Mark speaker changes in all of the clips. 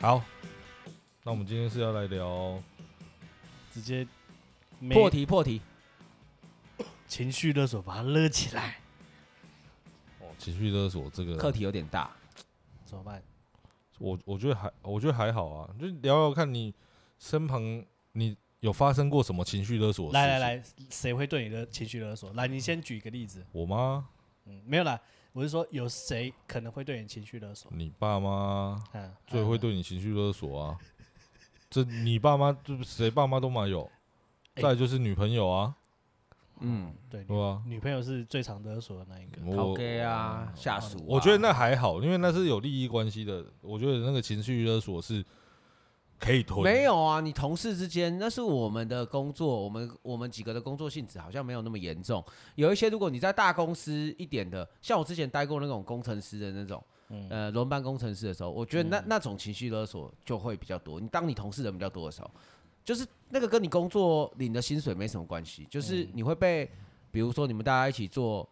Speaker 1: 好，那我们今天是要来聊
Speaker 2: 直接没
Speaker 3: 破题破题，
Speaker 2: 情绪勒索，把它勒起来，
Speaker 1: 哦
Speaker 3: 嗯
Speaker 1: 情绪勒索这个
Speaker 3: 课题有点大。
Speaker 2: 怎么办？
Speaker 1: 我我觉得还我觉得还好啊，就聊聊看你身旁你有发生过什么情绪勒索？
Speaker 2: 来来，来，谁会对你的情绪勒索？来，你先举一个例子。
Speaker 1: 我妈、
Speaker 2: 嗯，没有啦，我是说有谁可能会对你情绪勒索？
Speaker 1: 你爸妈
Speaker 2: 嗯，
Speaker 1: 最会对你情绪勒索 啊，这你爸妈这谁爸妈都蛮有，
Speaker 2: 哎
Speaker 1: 再来就是女朋友啊，
Speaker 3: 嗯，
Speaker 2: 嗯对
Speaker 1: 对吧？
Speaker 2: 女，女朋友是最常勒索的那一个。
Speaker 3: 好
Speaker 1: 我
Speaker 3: gay 啊，下属、
Speaker 1: 我觉得那还好，因为那是有利益关系的。我觉得那个情绪勒索是可以推，
Speaker 3: 没有啊，你同事之间那是我们的工作，我们我们几个的工作性质好像没有那么严重。有一些如果你在大公司一点的，像我之前待过那种工程师的那种，
Speaker 2: 嗯
Speaker 3: 呃，轮班工程师的时候，我觉得那、那种情绪勒索就会比较多。你当你同事人比较多的时候，就是那个跟你工作领的薪水没什么关系，
Speaker 2: 嗯
Speaker 3: 就是你会被，比如说你们大家一起做。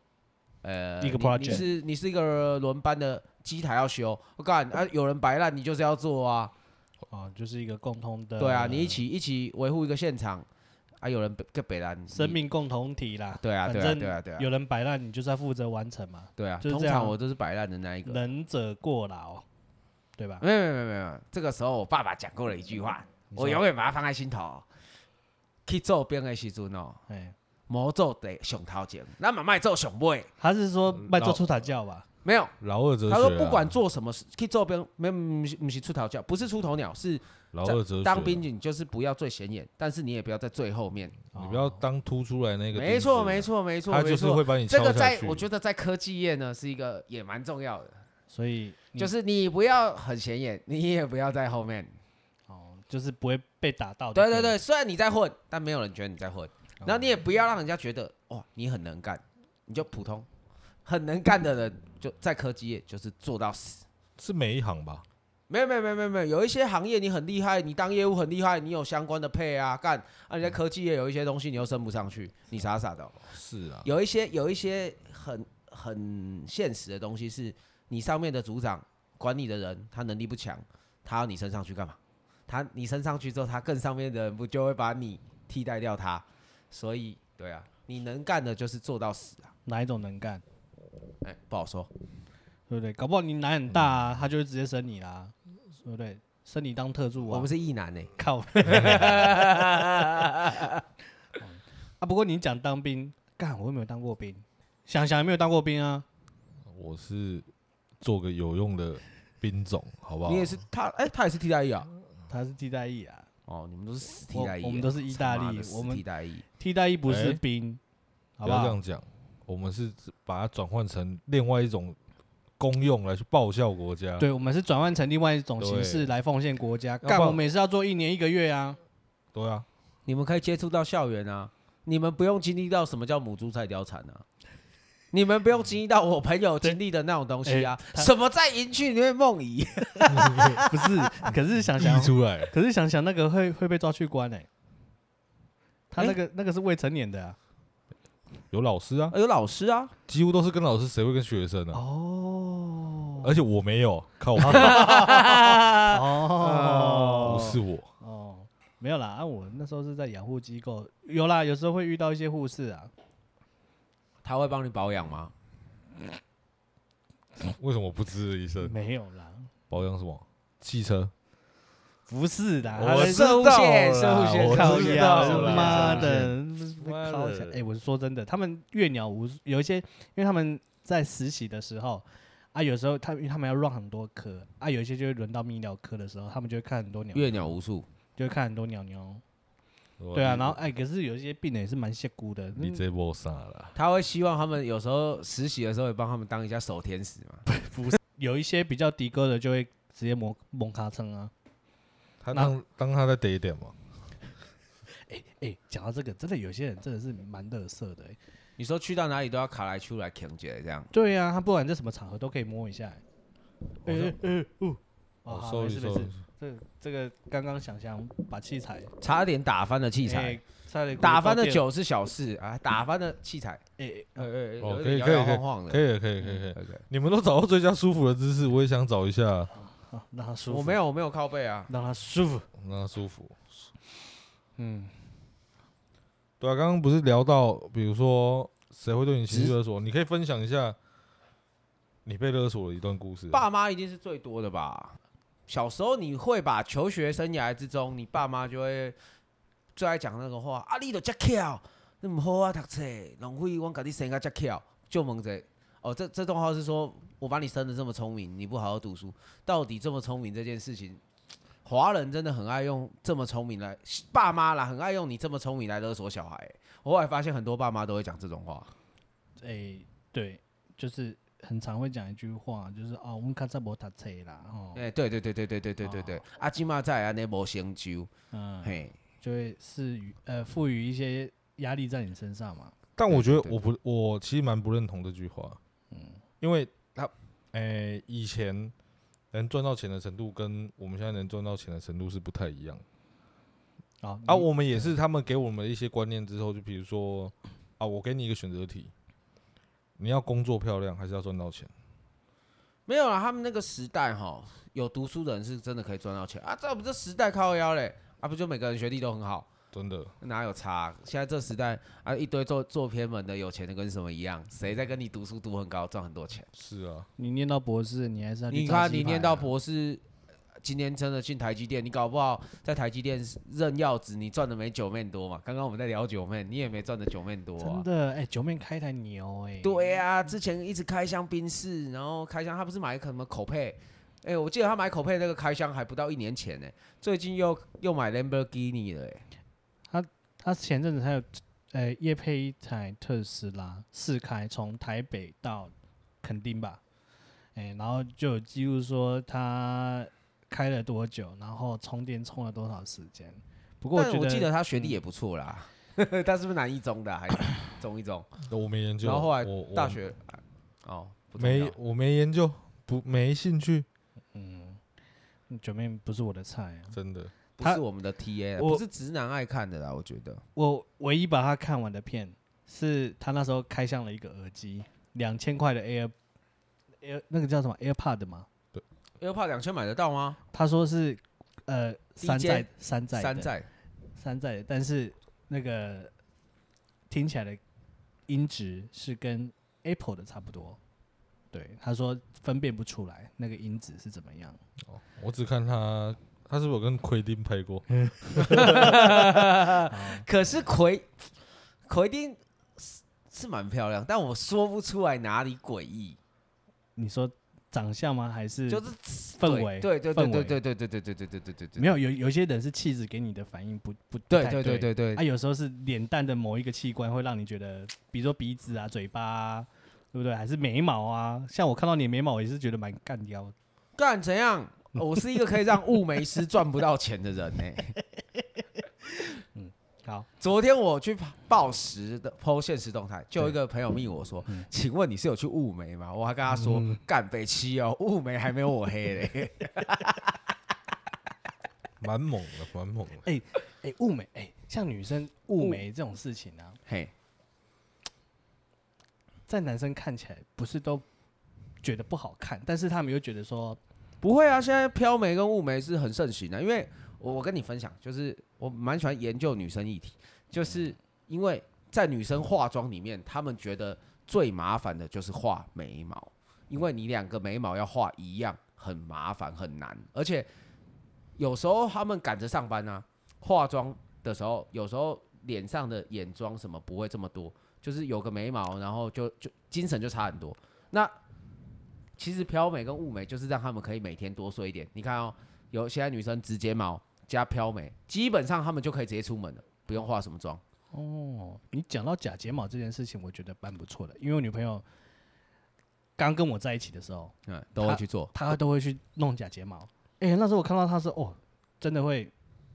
Speaker 3: 呃，
Speaker 2: 一个
Speaker 3: 你你
Speaker 2: project
Speaker 3: 是你是一个轮班的机台要修，我干啊，有人白烂你就是要做啊，
Speaker 2: 啊，就是一个共通的。
Speaker 3: 对啊，你一起一起维护一个现场，啊，有人跟北兰
Speaker 2: 生，命共同体啦。
Speaker 3: 对啊
Speaker 2: 反
Speaker 3: 对啊
Speaker 2: 正
Speaker 3: 对啊对啊
Speaker 2: 有人摆烂，你就是要负责完成嘛
Speaker 3: 你，对啊，
Speaker 2: 就是
Speaker 3: 通
Speaker 2: 这样
Speaker 3: 常我都是摆烂的那一个。
Speaker 2: 能者过劳，对吧？
Speaker 3: 没有没有没有没有，这个时候我爸爸讲过了一句话，
Speaker 2: 你说
Speaker 3: 我永远把它放在心头。去做兵的时阵哦，
Speaker 2: 哎，
Speaker 3: 莫做得上头前，咱嘛卖做上尾。
Speaker 2: 他是说
Speaker 3: 嗯
Speaker 2: 卖做出惨叫吧？
Speaker 3: 没有，
Speaker 1: 老二哲学、啊。
Speaker 3: 他说不管做什么事，去做兵，没有不是不是出头鸟，不是出头鸟，是
Speaker 1: 老二哲学啊，
Speaker 3: 当兵你就是不要最显眼，但是你也不要在最后面。
Speaker 1: 你不要
Speaker 2: 哦
Speaker 1: 当突出来那个。
Speaker 3: 哦
Speaker 1: 啊
Speaker 3: 没错没，错没错
Speaker 1: 他
Speaker 3: 没
Speaker 1: 就是
Speaker 3: 错，
Speaker 1: 会把你
Speaker 3: 这
Speaker 1: 敲
Speaker 3: 个
Speaker 1: 下
Speaker 3: 在
Speaker 1: 去
Speaker 3: 我觉得在科技业呢是一个也蛮重要的。
Speaker 2: 所以
Speaker 1: 嗯
Speaker 2: 你
Speaker 3: 就是你不要很显眼，你也不要在后面。
Speaker 2: 哦，就是不会被打
Speaker 1: 哦
Speaker 2: 到。
Speaker 3: 对对对，，虽然你在混，但没有人觉得你在混。然后你也不要让人家觉得哇，你很能干，你就普通。很能干的人就在科技业就是做到死。
Speaker 1: 是每一行吧？
Speaker 3: 没有没有没有没有没有，有一些行业你很厉害，你当业务很厉害，你有相关的配啊干啊，
Speaker 1: 嗯
Speaker 3: 你在科技业有一些东西你又升不上去，你傻傻的哦、
Speaker 1: 是啊，
Speaker 3: 有一些有一些很很现实的东西是，你上面的组长管你的人，他能力不强，他要你升上去干嘛？他你升上去之后，他更上面的人不就会把你替代掉他？所以，对啊，你能干的就是做到死啊！
Speaker 2: 哪一种能干？
Speaker 3: 哎、不好说。
Speaker 2: 对不对？搞不好你奶很大、啊，他就会直接升你啦，对不对？升你当特助啊！
Speaker 3: 我们是异 男呢、欸
Speaker 2: 靠啊！不过你讲当兵，干我又没有当过兵，想想也没有当过兵啊。
Speaker 1: 我是做个有用的兵种，好不好？
Speaker 3: 你也是他，哎、他也是替代役啊。
Speaker 2: 他是替代役啊，
Speaker 3: 哦，你们都是死替
Speaker 2: 我
Speaker 3: 代役啊、
Speaker 2: 我们都是意大利
Speaker 3: 他妈的死
Speaker 2: 我们
Speaker 3: 替代役。
Speaker 2: 替代役不是
Speaker 1: 哎
Speaker 2: 兵，好
Speaker 1: 不
Speaker 2: 不
Speaker 1: 哎要这
Speaker 2: 好？
Speaker 1: 样讲，我们是把它转换成另外一种公用来去报效国家。，
Speaker 2: 对，我们是转换成另外一种形式
Speaker 1: 啊对
Speaker 2: 来奉献国家。
Speaker 1: 不
Speaker 2: 干，
Speaker 1: 然
Speaker 2: 我们也是要做一年一个月啊。
Speaker 1: 对啊，
Speaker 3: 你们可以接触到校园啊，你们不用经历到什么叫母猪在貂蝉啊，你们不用经历到我朋友经历的那种东西 啊，什么在营区里面梦遗，
Speaker 2: 不是， 可是想想
Speaker 1: 溢，出来。
Speaker 2: 可是想想那个会会被抓去关哎、他
Speaker 3: 哎
Speaker 2: 那个、那个是未成年的啊。
Speaker 1: 有老师啊，
Speaker 3: 有老师啊，
Speaker 1: 几乎都是跟老师，谁会跟学生呢、
Speaker 2: 哦
Speaker 1: 而且我没有，靠我，
Speaker 2: 哦
Speaker 1: 不是我，
Speaker 2: 哦，没有啦，啊，我那时候是在养护机构，有啦，有时候会遇到一些护士啊，
Speaker 3: 他会帮你保养吗？
Speaker 1: 为什么不吱一
Speaker 3: 嗯
Speaker 1: 声？
Speaker 2: 没有啦，
Speaker 1: 保养什么？汽车？
Speaker 2: 不是啊啦，
Speaker 1: 我
Speaker 2: 是
Speaker 1: 知道啦
Speaker 3: 射护线射护线
Speaker 1: 我
Speaker 2: 靠
Speaker 1: 知
Speaker 2: 腰
Speaker 1: 道啦
Speaker 2: 妈的，
Speaker 1: 妈
Speaker 2: 靠
Speaker 1: 的
Speaker 2: 腰哎，我说真的，他们越鸟无数有一些，因为他们在实习的时候。啊，有时候他因为他们要 run 很多科，啊，有一些就会轮到泌尿科的时候，他们就会看很多鸟，
Speaker 3: 阅鸟无数，
Speaker 2: 就会看很多鸟鸟。对啊，然后哎，可是有一些病人也是蛮邪骨的，
Speaker 1: 你
Speaker 2: 嗯
Speaker 1: 这波啥啦？
Speaker 3: 他会希望他们有时候实习的时候也帮他们当一下守天使嘛。
Speaker 2: 有一些比较低歌的就会直接蒙蒙卡称啊。
Speaker 1: 他
Speaker 2: 那
Speaker 1: 当当他在得一点嘛，
Speaker 2: 哎、讲到这个，真的有些人真的是蛮乐色的、欸。
Speaker 3: 你说去到哪里都要卡来出来扛姐这样，
Speaker 2: 对啊，他不管在什么场合都可以摸一下、欸。
Speaker 1: 我说
Speaker 2: 哎哎哦，
Speaker 1: 我
Speaker 2: 哦，好，
Speaker 1: 收
Speaker 2: 没
Speaker 1: 一
Speaker 2: 事没
Speaker 1: 收
Speaker 2: 事。这这个刚刚想象把器材
Speaker 3: 差点打翻了器材，
Speaker 2: 欸差点
Speaker 3: 打翻的，酒是小事啊，打翻的器材，
Speaker 2: 哎、欸，
Speaker 3: 哎哎，
Speaker 1: 哦
Speaker 3: 有
Speaker 1: 可以
Speaker 3: 点摇
Speaker 1: 可以
Speaker 3: 摇
Speaker 1: 可以
Speaker 3: 晃晃的
Speaker 1: 可。以了可以了可以了可以了，
Speaker 3: OK
Speaker 1: 你们都找到最佳舒服的姿势，我也想找一下。
Speaker 2: 啊，让他舒服。
Speaker 3: 我没有，我没有靠背啊。
Speaker 2: 让他舒服。
Speaker 1: 让他舒服。
Speaker 2: 嗯，
Speaker 1: 对啊，刚刚不是聊到，比如说谁会对你情绪
Speaker 2: 只
Speaker 1: 勒索？你可以分享一下你被勒索的一段故事啊。
Speaker 3: 爸妈一定是最多的吧？小时候你会把求学生涯之中，你爸妈就会最爱讲那个话：啊，你都遮巧，你唔好啊读册，浪费我给你生个遮巧，就蒙者。哦，这这段话是说我把你生的这么聪明，你不好好读书，到底这么聪明这件事情，华人真的很爱用这么聪明来，爸妈啦很爱用你这么聪明来勒索小孩、我后来发现很多爸妈都会讲这种话，
Speaker 2: 诶、对，就是很常会讲一句话，就是哦，我们卡在无读册啦，哦，
Speaker 3: 哎、对对对对对对对对对
Speaker 2: 哦，
Speaker 3: 阿金嘛在安尼无成就，
Speaker 2: 嗯，
Speaker 3: 嘿。
Speaker 2: 就会是予呃赋予一些压力在你身上嘛。
Speaker 1: 但我觉得
Speaker 3: 对
Speaker 1: 我不，我其实蛮不认同这句话，嗯，因为他，诶、以前能赚到钱的程度跟我们现在能赚到钱的程度是不太一样的
Speaker 3: 哦
Speaker 2: 啊
Speaker 3: 嗯
Speaker 1: 啊。我们也是他们给我们一些观念之后，就比如说啊，我给你一个选择题，你要工作漂亮还是要赚到钱？
Speaker 3: 没有啊，他们那个时代哈，有读书的人是真的可以赚到钱啊。在我们这时代靠腰嘞，啊不就每个人学历都很好，
Speaker 1: 真的，
Speaker 3: 哪有差啊、现在这时代啊，一堆做做偏门的有钱的跟什么一样，谁在跟你读书读很高赚很多钱？
Speaker 1: 是啊，
Speaker 2: 你念到博士，你还是要去
Speaker 3: 你
Speaker 2: 扎
Speaker 3: 看
Speaker 2: 鸡
Speaker 3: 你
Speaker 2: 排
Speaker 3: 念到
Speaker 2: 啊
Speaker 3: 博士，今天真的进台积电，你搞不好在台积电任要职，你赚的没九妹多嘛？刚刚我们在聊九啊妹，你也没赚的九妹多啊
Speaker 2: 真。的，哎、九面开一台牛、哎，
Speaker 3: 对啊，之前一直开箱宾士，然后开箱他不是买一个什么口配？哎、我记得他买口配那个开箱还不到一年前呢、最近又又买 Lamborghini 了、欸，
Speaker 2: 他前阵子还有呃夜配一台特斯拉试开，从台北到垦丁吧，哎、然后就有记录说他开了多久，然后充电充了多少时间。不过
Speaker 3: 但
Speaker 2: 觉
Speaker 3: 我记得嗯
Speaker 2: 得
Speaker 3: 他学历也不错啦， 他是不是南一中的啊还是中一中？
Speaker 1: 那我没研究。
Speaker 3: 然后后来
Speaker 1: 我我
Speaker 3: 大学哦，不重要
Speaker 1: 没，我没研究，不没兴趣，
Speaker 2: 嗯九妹不是我的菜啊。
Speaker 1: 真的。
Speaker 3: 不
Speaker 2: 他
Speaker 3: 是我们的 TA，啦
Speaker 2: 我
Speaker 3: 不是直男爱看的啦，我觉得。
Speaker 2: 我唯一把他看完的片是他那时候开箱了一个耳机，两千块的 Air Air 那个叫什么 AirPod 吗？
Speaker 3: AirPod 两千买得到吗？
Speaker 2: 他说是呃山寨山寨的
Speaker 3: 山寨
Speaker 2: 山寨的，但是那个听起来的音质是跟 Apple 的差不多。对，他说分辨不出来那个音质是怎么样。
Speaker 1: 哦，我只看他，他是不是有跟奎丁拍过？
Speaker 3: 可是奎奎丁是是蛮漂亮，但我说不出来哪里诡异。
Speaker 2: 你说长相吗？还是
Speaker 3: 就是
Speaker 2: 氛
Speaker 3: 对
Speaker 2: 围
Speaker 3: 对对
Speaker 2: 氛
Speaker 3: 对
Speaker 2: 围
Speaker 3: 对对对对对对对对对对对，
Speaker 2: 没有有有些人是气质给你的反应不不不
Speaker 3: 对
Speaker 2: 太
Speaker 3: 对对对对
Speaker 2: 啊，有时候是脸蛋的某一个器官会让你觉得，比如说鼻子啊、嘴巴、啊，对不对？还是眉毛啊？像我看到你的眉毛，我也是觉得蛮干掉的。
Speaker 3: 干怎样？我是一个可以让雾眉师赚不到钱 的人呢、
Speaker 2: 好，
Speaker 3: 昨天我去报时的剖现实动态，就有一个朋友密我说：“
Speaker 2: 嗯
Speaker 3: 请问你是有去雾眉吗？”我还跟他说：“干北七哦，雾眉还没有我黑嘞。
Speaker 1: 蛮猛的，蛮猛的。
Speaker 2: 哎、雾眉，哎、像女生雾眉这种事情啊，”
Speaker 3: 嘿，
Speaker 2: 在男生看起来不是都觉得不好看，但是他们又觉得说，
Speaker 3: 不会啊，现在飘眉跟雾眉是很盛行啊的，因为我我跟你分享，就是我蛮喜欢研究女生议题，就是因为在女生化妆里面，她们觉得最麻烦的就是画眉毛，因为你两个眉毛要画一样，很麻烦很难，而且有时候她们赶着上班啊，化妆的时候，有时候脸上的眼妆什么不会这么多，就是有个眉毛，然后就就精神就差很多。那其实飘美跟雾眉就是让他们可以每天多睡一点。你看哦，有现在女生直睫毛加飘眉，基本上她们就可以直接出门了，不用化什么妆。
Speaker 2: 哦，你讲到假睫毛这件事情，我觉得蛮不错的，因为我女朋友刚跟我在一起的时候，
Speaker 3: 嗯，都会去做。
Speaker 2: 她都会去弄假睫毛。哎、那时候我看到她说，哦，真的会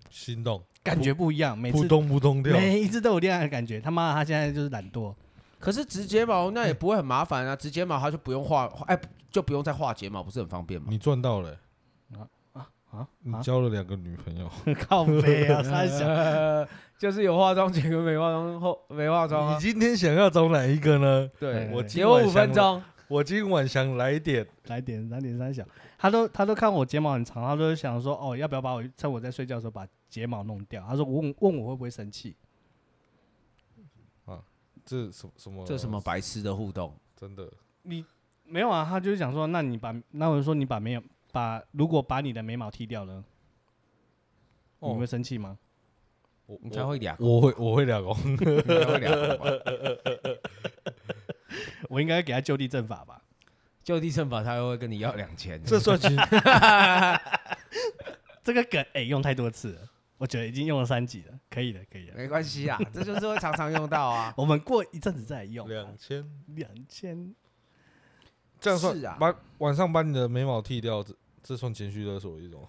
Speaker 1: 心动，
Speaker 2: 感觉不一样，每
Speaker 1: 扑
Speaker 2: 次
Speaker 1: 通扑通掉。
Speaker 2: 每一次都有恋爱的感觉。他妈的，她现在就是懒惰。
Speaker 3: 可是直睫毛那也不会很麻烦啊，直睫毛它就不用画，哎，就不用再画睫毛，不是很方便吗？
Speaker 1: 你赚到了欸、
Speaker 2: 啊
Speaker 1: 你
Speaker 2: 啊！
Speaker 1: 交了两个女朋友，
Speaker 2: 靠背 啊，三小，
Speaker 3: 就是有化妆前跟没化妆后没化啊
Speaker 1: 你今天想要找哪一个呢？
Speaker 2: 对
Speaker 1: 我
Speaker 2: 对
Speaker 1: 今晚想了，
Speaker 3: 钟，
Speaker 1: 我今晚想来点，
Speaker 2: 来点来点三小，他都他都看我睫毛很长，他都想说哦，要不要把我趁我在睡觉的时候把睫毛弄掉？他说我问问我会不会生气？
Speaker 1: 这什什么？
Speaker 3: 这什么？白痴的互动？
Speaker 1: 真的，
Speaker 2: 你没有啊？他就是想说，那你把那我就说你把没有把如果把你的眉毛剃掉了，你会
Speaker 1: 哦，
Speaker 2: 生气吗？
Speaker 1: 我
Speaker 3: 你才会俩，
Speaker 1: 我会我会俩公，
Speaker 3: 你才会俩口吧？
Speaker 2: 我应该给他就地正法吧？
Speaker 3: 就地正法，他又会跟你要两千。
Speaker 1: 这算情
Speaker 2: 这个梗哎、用太多次了，我觉得已经用了三集了，可以了，可以了。
Speaker 3: 没关系啊，这就是会常常用到啊。
Speaker 2: 我们过一阵子再来用啊、
Speaker 1: 两千，
Speaker 2: 两千，
Speaker 1: 这样算
Speaker 3: 是啊
Speaker 1: 把晚上把你的眉毛剃掉，这这算情绪勒索一种。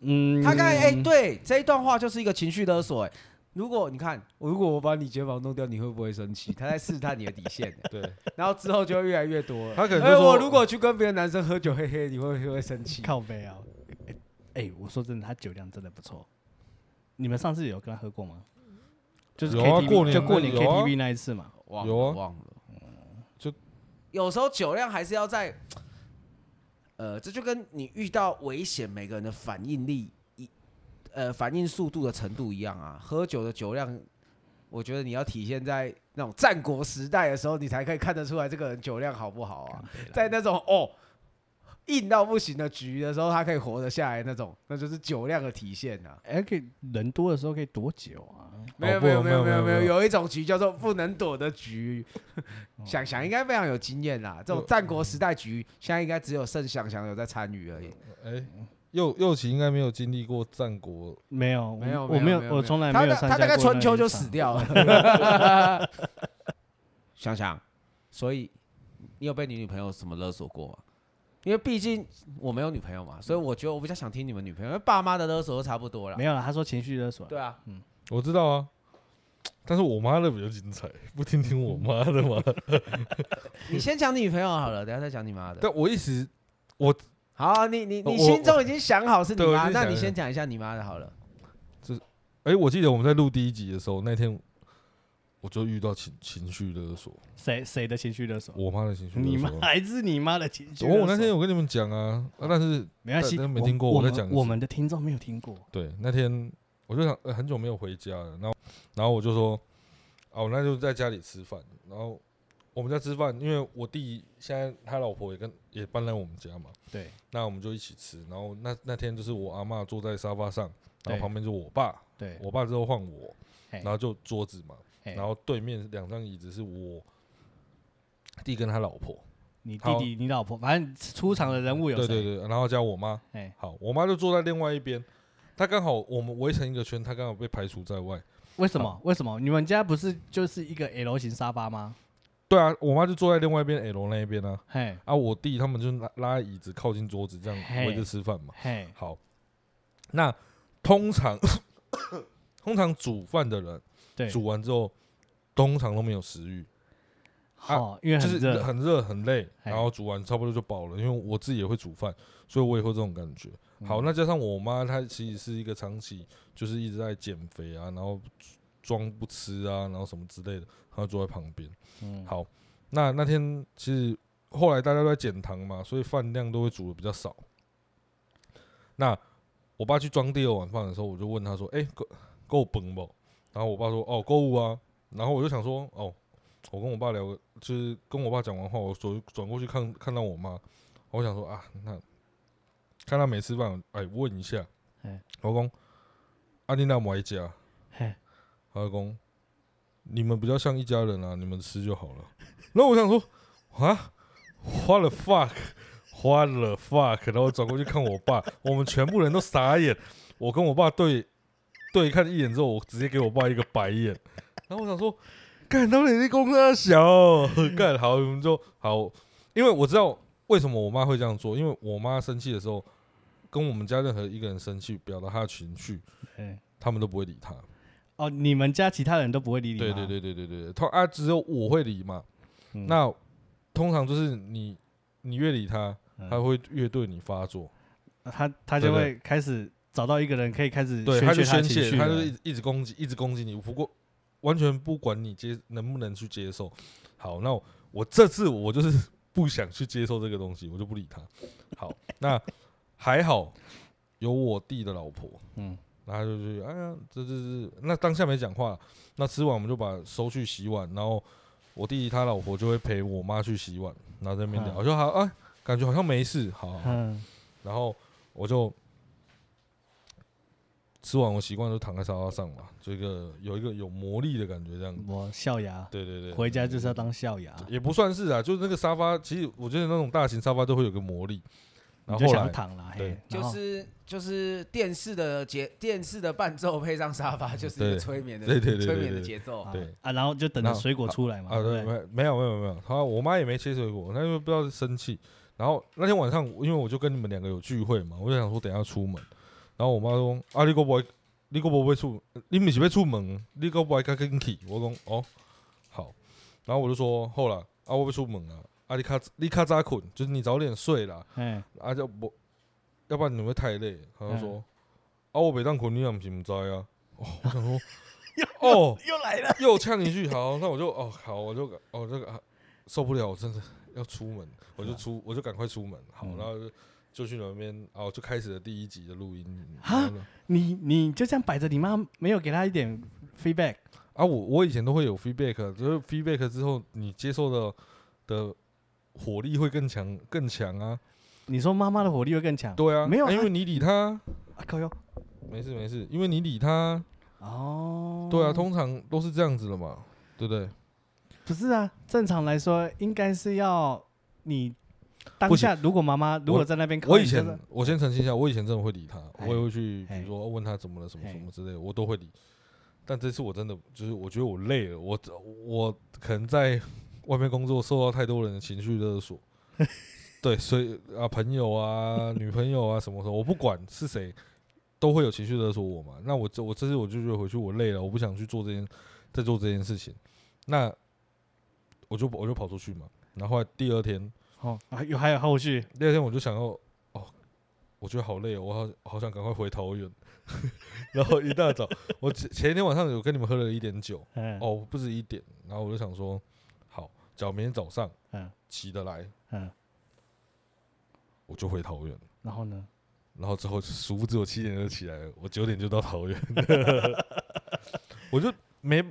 Speaker 2: 嗯
Speaker 3: 他刚才哎、对这一段话就是一个情绪勒索、哎，如果你看，如果我把你睫毛弄掉，你会不会生气？他在试探你的底线、哎
Speaker 1: 对，
Speaker 3: 然后之后就会越来越多了。
Speaker 1: 他可能
Speaker 3: 哎、
Speaker 1: 就
Speaker 3: 我
Speaker 1: 说
Speaker 3: 如果去跟别的男生喝酒，嘿嘿，你会不会生气？
Speaker 2: 靠背啊，哎、哎我说真的，他酒量真的不错。你们上次有跟他喝过吗？就是
Speaker 1: 有啊
Speaker 2: KTV，
Speaker 1: 过年
Speaker 2: 就过年
Speaker 1: 有啊
Speaker 2: KTV 那一次嘛。
Speaker 3: 忘了
Speaker 1: 有啊
Speaker 3: 忘了，嗯
Speaker 1: 就
Speaker 3: 有时候酒量还是要在，呃，这就跟你遇到危险，每个人的反应力一，呃，反应速度的程度一样啊。喝酒的酒量，我觉得你要体现在那种战国时代的时候，你才可以看得出来这个人酒量好不好啊。在那种哦硬到不行的局的时候，他可以活得下来那种，那就是酒量的体现啊。
Speaker 2: 哎、可以人多的时候可以躲酒啊。
Speaker 3: 没有
Speaker 1: 不
Speaker 3: 没有没
Speaker 1: 没
Speaker 3: 有没
Speaker 1: 有
Speaker 3: 有
Speaker 1: 没
Speaker 3: 没
Speaker 1: 有
Speaker 3: 有，有一种局叫做不能躲的 局，
Speaker 2: 哦
Speaker 3: 想想应该非常有经验啦。这种战国时代局，现在应该只有剩想想有在参与而已。
Speaker 1: 哎，右右起应该没有经历过战国，
Speaker 2: 没有，我
Speaker 3: 没有
Speaker 2: 我
Speaker 3: 没有
Speaker 2: 有
Speaker 3: 没，有
Speaker 2: 我
Speaker 3: 没有
Speaker 2: 从来
Speaker 3: 他
Speaker 2: 没有
Speaker 3: 大
Speaker 2: 参
Speaker 3: 他
Speaker 2: 加
Speaker 3: 大概
Speaker 2: 过
Speaker 3: 春
Speaker 2: 那
Speaker 3: 秋
Speaker 2: 一
Speaker 3: 就
Speaker 2: 场
Speaker 3: 死。掉 了。想想，所以你有被你女朋友什么勒索过吗？因为毕竟我没有女朋友嘛，所以我觉得我比较想听你们女朋友，因为爸妈的勒索都差不多了
Speaker 2: 没。有了，他说情绪勒索。
Speaker 3: 对啊，
Speaker 1: 我知道啊，但是我妈的比较精彩，不听听我妈的吗？
Speaker 3: 你先讲你女朋友好了，等一下再讲你妈的。
Speaker 1: 但我一直
Speaker 3: 好，你你
Speaker 1: 我
Speaker 3: 你心中已经想好是你
Speaker 1: 对我已
Speaker 3: 妈，
Speaker 1: 经
Speaker 3: 那
Speaker 1: 想
Speaker 3: 你
Speaker 1: 了
Speaker 3: 先讲一下你妈的好了。
Speaker 1: 哎、我记得我们在录第一集的时候，那天我就遇到情情绪勒索，
Speaker 2: 谁谁的情绪勒索？
Speaker 1: 我妈的情绪
Speaker 2: 你
Speaker 1: 勒
Speaker 2: 妈
Speaker 1: 索。
Speaker 2: 还是你妈的情绪勒
Speaker 1: 我
Speaker 2: 索？
Speaker 1: 我那天有跟你们讲啊，啊但是
Speaker 2: 没关系，
Speaker 1: 但但没
Speaker 2: 我
Speaker 1: 听过
Speaker 2: 我
Speaker 1: 我再
Speaker 2: 们
Speaker 1: 讲一
Speaker 2: 我
Speaker 1: 次
Speaker 2: 们的听众没有听 过。
Speaker 1: 对那天我就想、呃、很久没有回家了，然后然后我就说，啊，我那就在家里吃饭，然后我们在吃饭，因为我弟现在他老婆也跟也搬来我们家嘛，
Speaker 2: 对，
Speaker 1: 那我们就一起吃，然后那那天就是我阿嬷坐在沙发上，然
Speaker 2: 对
Speaker 1: 后旁边就我爸，
Speaker 2: 对，
Speaker 1: 我爸之后换我，
Speaker 2: 嘿
Speaker 1: 然后就桌子嘛，
Speaker 2: 嘿
Speaker 1: 然后对面两张椅子是我弟跟他老婆，
Speaker 2: 你弟
Speaker 1: 好
Speaker 2: 弟、你老婆，反正出场的人物有
Speaker 1: 对
Speaker 2: 谁？
Speaker 1: 对对，然后加我妈，
Speaker 2: 哎，
Speaker 1: 好，我妈就坐在另外一边，她刚好我们围成一个圈，她刚好被排除在外。
Speaker 2: 为什么？为什么？你们家不是就是一个 L 型沙发吗？
Speaker 1: 对啊，我妈就坐在另外一边 L 那一边啊，
Speaker 2: 嘿，
Speaker 1: 啊，我弟他们就拉拉椅子靠近桌子这样
Speaker 2: 嘿
Speaker 1: 围着吃饭嘛。
Speaker 2: 嘿，
Speaker 1: 好，那通常 通常煮饭的人
Speaker 2: 对，
Speaker 1: 煮完之后，通常都没有食欲，
Speaker 2: 好，因为
Speaker 1: 啊就
Speaker 2: 很
Speaker 1: 是
Speaker 2: 热，
Speaker 1: 很热很累，
Speaker 2: 嘿
Speaker 1: 然后煮完差不多就饱了。因为我自己也会煮饭，所以我也会这种感觉。好，
Speaker 2: 嗯
Speaker 1: 那加上我妈，她其实是一个长期就是一直在减肥啊，然后装不吃啊，然后什么之类的，她就坐在旁边。
Speaker 2: 嗯，
Speaker 1: 好，那那天其实后来大家都在减糖嘛，所以饭量都会煮的比较少。那我爸去装第二碗饭的时候，我就问他说：“哎、够够崩不？”然后我爸说：“哦，够物啊。”然后我就想说：“哦，我跟我爸聊个，就是跟我爸讲完话，我转转过去看看到我妈，我想说啊，那看她没吃饭，哎，问一下啊
Speaker 2: 哎，
Speaker 1: 老公，阿丽娜某一家，
Speaker 2: 嘿，
Speaker 1: 他就讲：“你们比较像一家人啊，你们吃就好了。”然后我想说：“啊，花了 fuck，花了 fuck。”然后我转过去看我爸，我们全部人都傻眼。我跟我爸对对看一眼之后，我直接给我爸一个白眼。然后我想说：“干他们在公司小，干好我们就好。”因为我知道为什么我妈会这样做，因为我妈生气的时候，跟我们家任何一个人生气，表达她的情绪，
Speaker 2: 哎
Speaker 1: 他们都不会理她。
Speaker 2: 哦，你们家其他人都不会理你
Speaker 1: 对
Speaker 2: 吗
Speaker 1: 对，对对对对对，通啊只有我会理嘛。
Speaker 2: 嗯
Speaker 1: 那通常就是你你越理他，
Speaker 2: 嗯
Speaker 1: 他会越对你发作，
Speaker 2: 他他
Speaker 1: 对对
Speaker 2: 就会开始找到一个人可以开始
Speaker 1: 对，
Speaker 2: 宣
Speaker 1: 他就
Speaker 2: 泄
Speaker 1: 宣
Speaker 2: 情
Speaker 1: 泄，
Speaker 2: 绪
Speaker 1: 他就
Speaker 2: 了
Speaker 1: 一直一直攻击，一直攻击你，不过完全不管你接能不能去接受。好，那我我这次我就是 不想去接受这个东西，我就不理他。好，那还好有我弟的老婆，
Speaker 2: 嗯，
Speaker 1: 然后他就去，哎呀，这这这，那当下没讲话，那吃完我们就把收去洗碗，然后我弟弟他老婆就会陪我妈去洗碗，然后在那边聊，
Speaker 2: 嗯
Speaker 1: 我就好啊，感觉好像没事，好好好
Speaker 2: 嗯
Speaker 1: 然后我就吃完，我习惯就躺在沙发上嘛，这个有一个有魔力的感觉，这样。
Speaker 2: 我笑牙，
Speaker 1: 对对对，
Speaker 2: 回家就是要当笑牙，
Speaker 1: 也不算是啊，就是那个沙发，其实我觉得那种大型沙发都会有个魔力。然后
Speaker 2: 你就
Speaker 1: 后
Speaker 2: 想
Speaker 1: 来，
Speaker 2: 躺了，
Speaker 1: 对
Speaker 2: 嘿，然
Speaker 3: 就
Speaker 2: 后
Speaker 3: 是就是电视的节电视的伴奏配上沙 发，就是一
Speaker 1: 对
Speaker 3: 个催眠的
Speaker 1: 对对对对
Speaker 3: 催眠的
Speaker 1: 对
Speaker 3: 节奏
Speaker 2: 啊。
Speaker 1: 对
Speaker 2: 啊，然后就等着
Speaker 1: 然后
Speaker 2: 水果出来嘛，
Speaker 1: 啊，对，
Speaker 2: 对
Speaker 1: 没
Speaker 2: 不对，
Speaker 1: 没有没有没有，他我妈也没切水果，那因为不知道是生气。然后那天晚上，因为我就跟你们两个有聚会嘛，我就想说等一下出门，然后我妈说：“啊，你个不会，你个不会出，你不是要出门，你个不会跟跟去。”我讲：“哦，好。”然后我就说：“好啦，啊，我要出门啊，啊，你卡你卡早困，就是你早点睡啦，
Speaker 2: 哎，
Speaker 1: 啊，就不，要不然你会太累。”她就说：“
Speaker 2: 嗯
Speaker 1: 啊，我北当困，你也不是唔知啊。”哦，我想说，哦，
Speaker 2: 又来了，
Speaker 1: 又呛一句，好，那我就哦，好，我就哦，这个、啊、受不了，我真的要出门，我就出，我就赶快出门，好，
Speaker 2: 啊嗯
Speaker 1: 然后就就去那边，哦，就开始了第一集的录音。
Speaker 2: 哈
Speaker 1: 然后呢
Speaker 2: 你你就这样摆着，你妈没有给她一点 feedback，
Speaker 1: 啊，我我以前都会有 feedback，就是 feedback 之后，你接受的的火力会更强，更强啊，
Speaker 2: 你说妈妈的火力会更强，
Speaker 1: 对啊，
Speaker 2: 没有
Speaker 1: 啊因
Speaker 2: 啊
Speaker 1: 为你理他，
Speaker 2: 啊靠哟，
Speaker 1: 没事没事，因为你理他，
Speaker 2: 哦，
Speaker 1: 对啊，通常都是这样子的嘛，对不对？
Speaker 2: 不是啊，正常来说应该是要你当
Speaker 1: 不行
Speaker 2: 下，如果妈妈如果在那边靠你，
Speaker 1: 我以
Speaker 2: 就
Speaker 1: 前
Speaker 2: 是
Speaker 1: 我先澄清一下，我以前真的会理他，
Speaker 2: 哎
Speaker 1: 我也会去，比
Speaker 2: 哎
Speaker 1: 如说问他怎么了，什么
Speaker 2: 哎
Speaker 1: 什么之类的，我都会理。但这次我真的就是，我觉得我累了，我我可能在 外面工作受到太多人的情绪勒索，对，所以啊，朋友啊、女朋友啊什么什么，我不管是谁，都会有情绪勒索我嘛。那我这我这次我就觉得回去我累了，我不想去做这件再做这件事情，那我就我就跑出去嘛。然后后来第二天，
Speaker 2: 哦，啊有还有后续，
Speaker 1: 第二天我就想要，哦，我觉得好累哦，我好好想赶快回桃园。 然后一大早，我前前一天晚上有跟你们喝了一点酒，
Speaker 2: 嗯
Speaker 1: 哦，不止一点。然后我就想说，好，只要明天早上
Speaker 2: 嗯
Speaker 1: 起得来，
Speaker 2: 嗯，
Speaker 1: 我就回桃园。
Speaker 2: 然后呢，
Speaker 1: 然后之后，殊不知我七点就起来了，我九点就到桃园， 我就没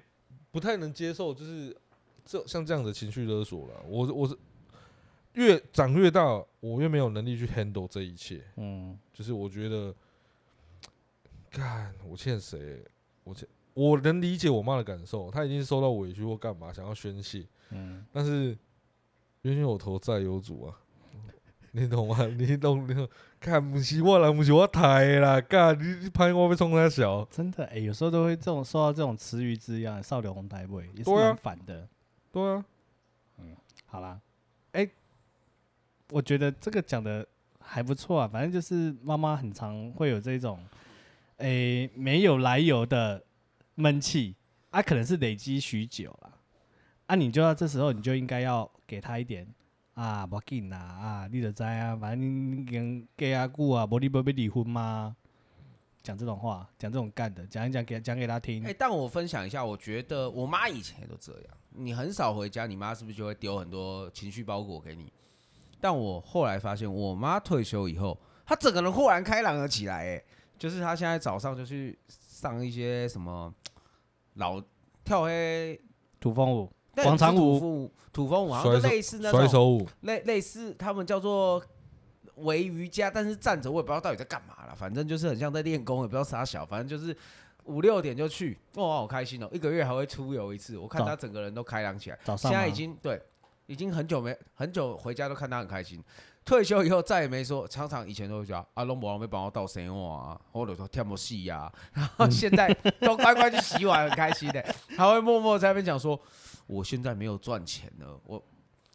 Speaker 1: 不太能接受，就是这像这样的情绪勒索了。我我是越长越大，我越没有能力去 handle 这一切。
Speaker 2: 嗯
Speaker 1: 就是我觉得，干，我欠谁？我欠，我能理解我妈的感受，她一定是受到委屈或干嘛，想要宣泄，
Speaker 2: 嗯，
Speaker 1: 但是冤有头债有主啊，你懂吗？你懂？你懂？看，不是我啦，不是我抬的啦，干，你你拍我被冲他小，
Speaker 2: 真的哎、有时候都会这种受到这种词语滋养，少流红台位也是
Speaker 1: 对啊
Speaker 2: 蛮烦的。
Speaker 1: 对啊，
Speaker 2: 好啦，哎、我觉得这个讲的还不错啊，反正就是妈妈很常会有这种，哎、没有来由的闷气，啊，可能是累积许久了，啊，你就要这时候你就应该要给她一点。啊，无紧啦，啊，你就知啊，反正你已经嫁啊久啊，无你要要离婚吗？讲这种话，讲这种干的，讲一讲给讲给她听。
Speaker 3: 哎，但我分享一下，我觉得我妈以前也都这样，你很少回家，你妈是不是就会丢很多情绪包裹给你？但我后来发现，我妈退休以后，她整个人豁然开朗了起来，哎，就是她现在早上就去上一些什么老跳黑。
Speaker 2: 土风舞，
Speaker 3: 那
Speaker 2: 广场舞
Speaker 3: 土风舞、土风舞，好
Speaker 1: 甩
Speaker 3: 像就
Speaker 1: 手
Speaker 3: 类似那种
Speaker 1: 甩手舞，
Speaker 3: 类类似他们叫做微瑜伽，但是站着我也不知道到底在干嘛了，反正就是很像在练功，也不知道啥小，反正就是五六点就去，哇，好开心哦、一个月还会出游一次，我看
Speaker 2: 早
Speaker 3: 他整个人都开朗起来，
Speaker 2: 哦早上
Speaker 3: 现在已
Speaker 2: 吗
Speaker 3: 经对，已经很久没很久回家都看他很开心。退休以后再也没说，常常以前都会讲啊，龙宝没帮我倒生活啊，或者说跳不戏呀， 然后现在都乖乖去洗碗，很开心的、还会默默在那边讲说，我现在没有赚钱了，我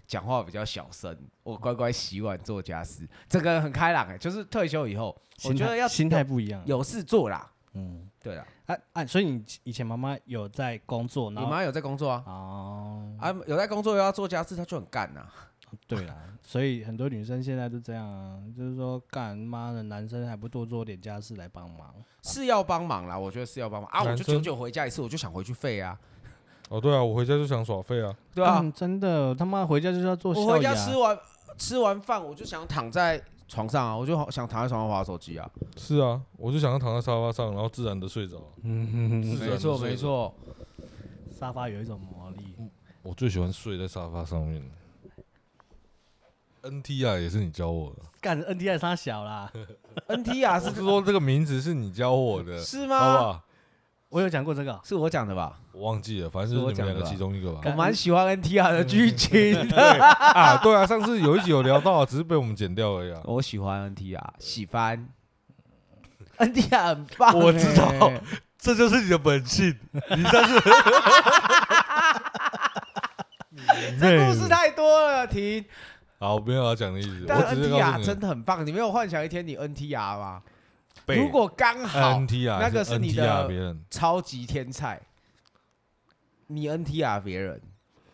Speaker 3: 讲话比较小声，我乖乖洗碗做家事，整个人很开朗哎、就是退休以后，我
Speaker 2: 心
Speaker 3: 觉
Speaker 2: 态
Speaker 3: 得要
Speaker 2: 心态不一样。
Speaker 3: 有有事做啦，
Speaker 2: 嗯，
Speaker 3: 对啦，
Speaker 2: 啊啊！所以你以前妈妈有在工作，然
Speaker 3: 我
Speaker 2: 后
Speaker 3: 妈有在工作啊，
Speaker 2: 哦，
Speaker 3: 啊有在工作又要做家事，她就很干呐、
Speaker 2: 对啦，所以很多女生现在都这样啊，就是说干妈的男生还不多做点家事来帮忙，
Speaker 3: 是要帮忙啦，我觉得是要帮忙啊！我
Speaker 1: 男
Speaker 3: 就
Speaker 1: 生
Speaker 3: 久久回家一次，我就想回去废啊。
Speaker 1: 哦，对啊，我回家就想耍废啊，
Speaker 3: 对啊，
Speaker 2: 干真的他妈回家就是要做
Speaker 3: 我
Speaker 2: 孝
Speaker 3: 回
Speaker 2: 养
Speaker 3: 家吃完吃完饭，我就想躺在床上啊，我就好想躺在床上划手机啊。
Speaker 1: 是啊，我就想要躺在沙发上，然后自然的睡着。啊
Speaker 2: 嗯，
Speaker 1: 自然地睡着，
Speaker 3: 错，
Speaker 2: 沙发有一种魔力，
Speaker 1: 我最喜欢睡在沙发上面。NTR 也是你教我的
Speaker 2: 干 NTI 他小 啦，
Speaker 3: NT 啊，
Speaker 1: 我
Speaker 3: 是
Speaker 1: 是说这个名字是你教我的，
Speaker 3: 是
Speaker 1: 好不
Speaker 3: 吗？
Speaker 1: 好？
Speaker 2: 我有讲过这个，
Speaker 3: 是我讲的吧？
Speaker 1: 我忘记了，反正就是你们两个其中一个吧
Speaker 2: 是。
Speaker 3: 我
Speaker 2: 讲
Speaker 3: 蛮喜欢 NTR 的
Speaker 1: 嗯
Speaker 3: 剧情 的，
Speaker 1: 对啊，对啊，上次有一集有聊到，只是被我们剪掉而已啊。
Speaker 3: 我喜欢 NTR，喜欢 NTR 很棒欸、
Speaker 1: 我知道这就是你的本性，你上次
Speaker 3: 这故事太多了，停。
Speaker 1: 好，我没有要讲的意思，我
Speaker 3: 但啊
Speaker 1: 只是告诉
Speaker 3: NTR
Speaker 1: 你
Speaker 3: 真的很棒，你没有幻想一天你 NTR 吗？
Speaker 1: 被
Speaker 3: 如果刚
Speaker 2: 嗯
Speaker 3: 好
Speaker 1: NTR
Speaker 3: 那个
Speaker 1: 啊是
Speaker 3: 是你
Speaker 1: NTR
Speaker 3: 的
Speaker 1: 别人
Speaker 3: 超级天才，你 NTR 别人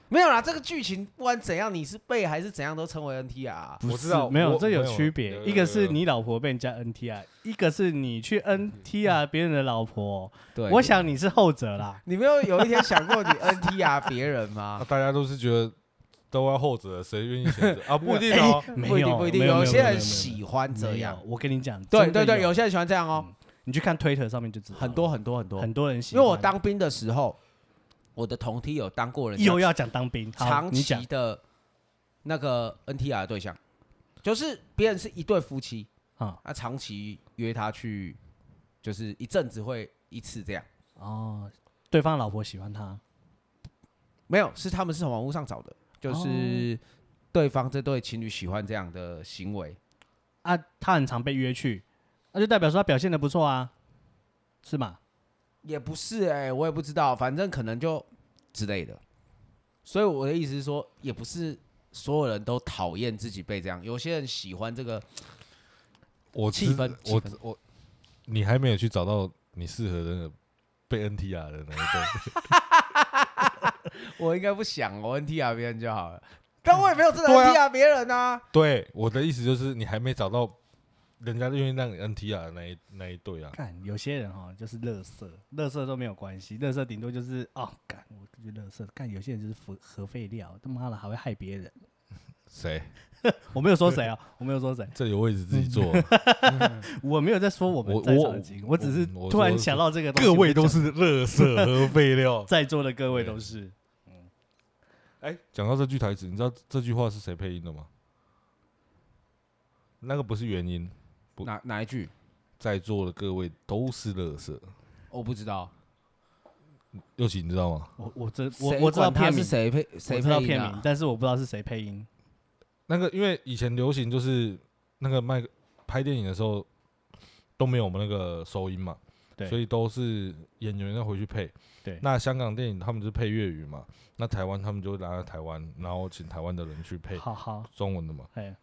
Speaker 3: 没有啦。这个剧情不管怎样，你是被还是怎样，都称为 NTR 啊。
Speaker 1: 我知道
Speaker 2: 没有
Speaker 1: 我
Speaker 2: 这有
Speaker 1: 没有
Speaker 2: 区
Speaker 1: 有
Speaker 2: 别，
Speaker 1: 有
Speaker 2: 一
Speaker 1: 有
Speaker 2: 个是
Speaker 1: 有
Speaker 2: 你老婆被人家 NTI，一个是你去 NTI 啊别人的老婆，
Speaker 3: 对
Speaker 2: 我想你是后者啦。
Speaker 3: 你没有有一天想过你 NTR 别人
Speaker 1: 啊，
Speaker 3: 吗？
Speaker 1: 大家都是觉得都要后者，谁愿意选择啊？不一定哦。
Speaker 2: 哎没
Speaker 3: 不一定，
Speaker 2: 有
Speaker 3: 不一定。
Speaker 2: 没有没有没
Speaker 3: 些
Speaker 2: 有
Speaker 3: 人喜欢这
Speaker 2: 没有
Speaker 3: 样，
Speaker 2: 我跟你讲，
Speaker 3: 对
Speaker 2: 真的
Speaker 3: 对对，
Speaker 2: 有
Speaker 3: 有些人喜欢这样哦，
Speaker 2: 你去看 Twitter 上面就知道，
Speaker 3: 很多很多很多。
Speaker 2: 很多人喜
Speaker 3: 因
Speaker 2: 欢，
Speaker 3: 为我当兵的时候，我的同梯有当过人家
Speaker 2: 又要讲当兵，好，
Speaker 3: 长
Speaker 2: 你讲
Speaker 3: 期的那个 NTR 的对象，就是别人是一对夫妻，
Speaker 2: 啊，
Speaker 3: 他长期约他去，就是一阵子会一次这样。
Speaker 2: 哦，对方老婆喜欢他，
Speaker 3: 没有，是他们是从网络上找的，
Speaker 2: 哦
Speaker 3: 就是对方这对情侣喜欢这样的行为。
Speaker 2: 啊，他很常被约去，那就代表说他表现的不错啊，是吗？
Speaker 3: 也不是哎、我也不知道，反正可能就之类的。所以我的意思是说，也不是所有人都讨厌自己被这样，有些人喜欢这个。
Speaker 1: 我
Speaker 3: 气
Speaker 1: 知
Speaker 3: 氛气
Speaker 1: 我
Speaker 3: 氛
Speaker 1: 我，你还没有去找到你适合的那个被 NTR 的那一
Speaker 3: 我应该不想，我 NTR 别人就好了。但我也没有真的 NTR 别人啊。
Speaker 1: 对。对，我的意思就是你还没找到人家愿意让你 NTR 的那一那一对啊。
Speaker 2: 看有些人哈，就是乐色，乐色都没有关系，乐色顶多就是哦，干我就乐色，干有些人就是核核废料，他妈的还会害别人。
Speaker 1: 谁？
Speaker 2: 我没有说 谁啊，我没有说谁，
Speaker 1: 这里有位置自己坐啊，
Speaker 2: 我没有在说我们
Speaker 1: 我
Speaker 2: 在
Speaker 1: 我
Speaker 2: 场的几个，我只是
Speaker 1: 嗯我
Speaker 2: 突然
Speaker 1: 说
Speaker 2: 想到这个东西，
Speaker 1: 各位
Speaker 2: 我就
Speaker 1: 都
Speaker 2: 讲。
Speaker 1: 是垃圾和废料
Speaker 2: 在座的各位
Speaker 1: 对
Speaker 2: 都是
Speaker 1: 哎，讲到这句台词，你知道这句话是谁配音的吗？那个不是原因，不
Speaker 3: 哪哪一句？
Speaker 1: 在座的各位都是垃圾。
Speaker 3: 我不知道。
Speaker 1: 右起，你知道吗？
Speaker 2: 我我知我
Speaker 3: 谁
Speaker 2: 我知道
Speaker 3: 管他
Speaker 2: 片
Speaker 3: 是
Speaker 2: 名，
Speaker 3: 谁配谁
Speaker 2: 我知道
Speaker 3: 配音
Speaker 2: 片
Speaker 3: 啊
Speaker 2: 名，？但是我不知道是谁配音。
Speaker 1: 那个因为以前流行就是那个麦克拍电影的时候都没有我们那个收音嘛，
Speaker 2: 对
Speaker 1: 所以都是演员要回去配。
Speaker 2: 对
Speaker 1: 那香港电影他们就是配粤语嘛，那台湾他们就拿到台湾，然后请台湾的人去配
Speaker 2: 好好，
Speaker 1: 中文的嘛。
Speaker 2: 哎，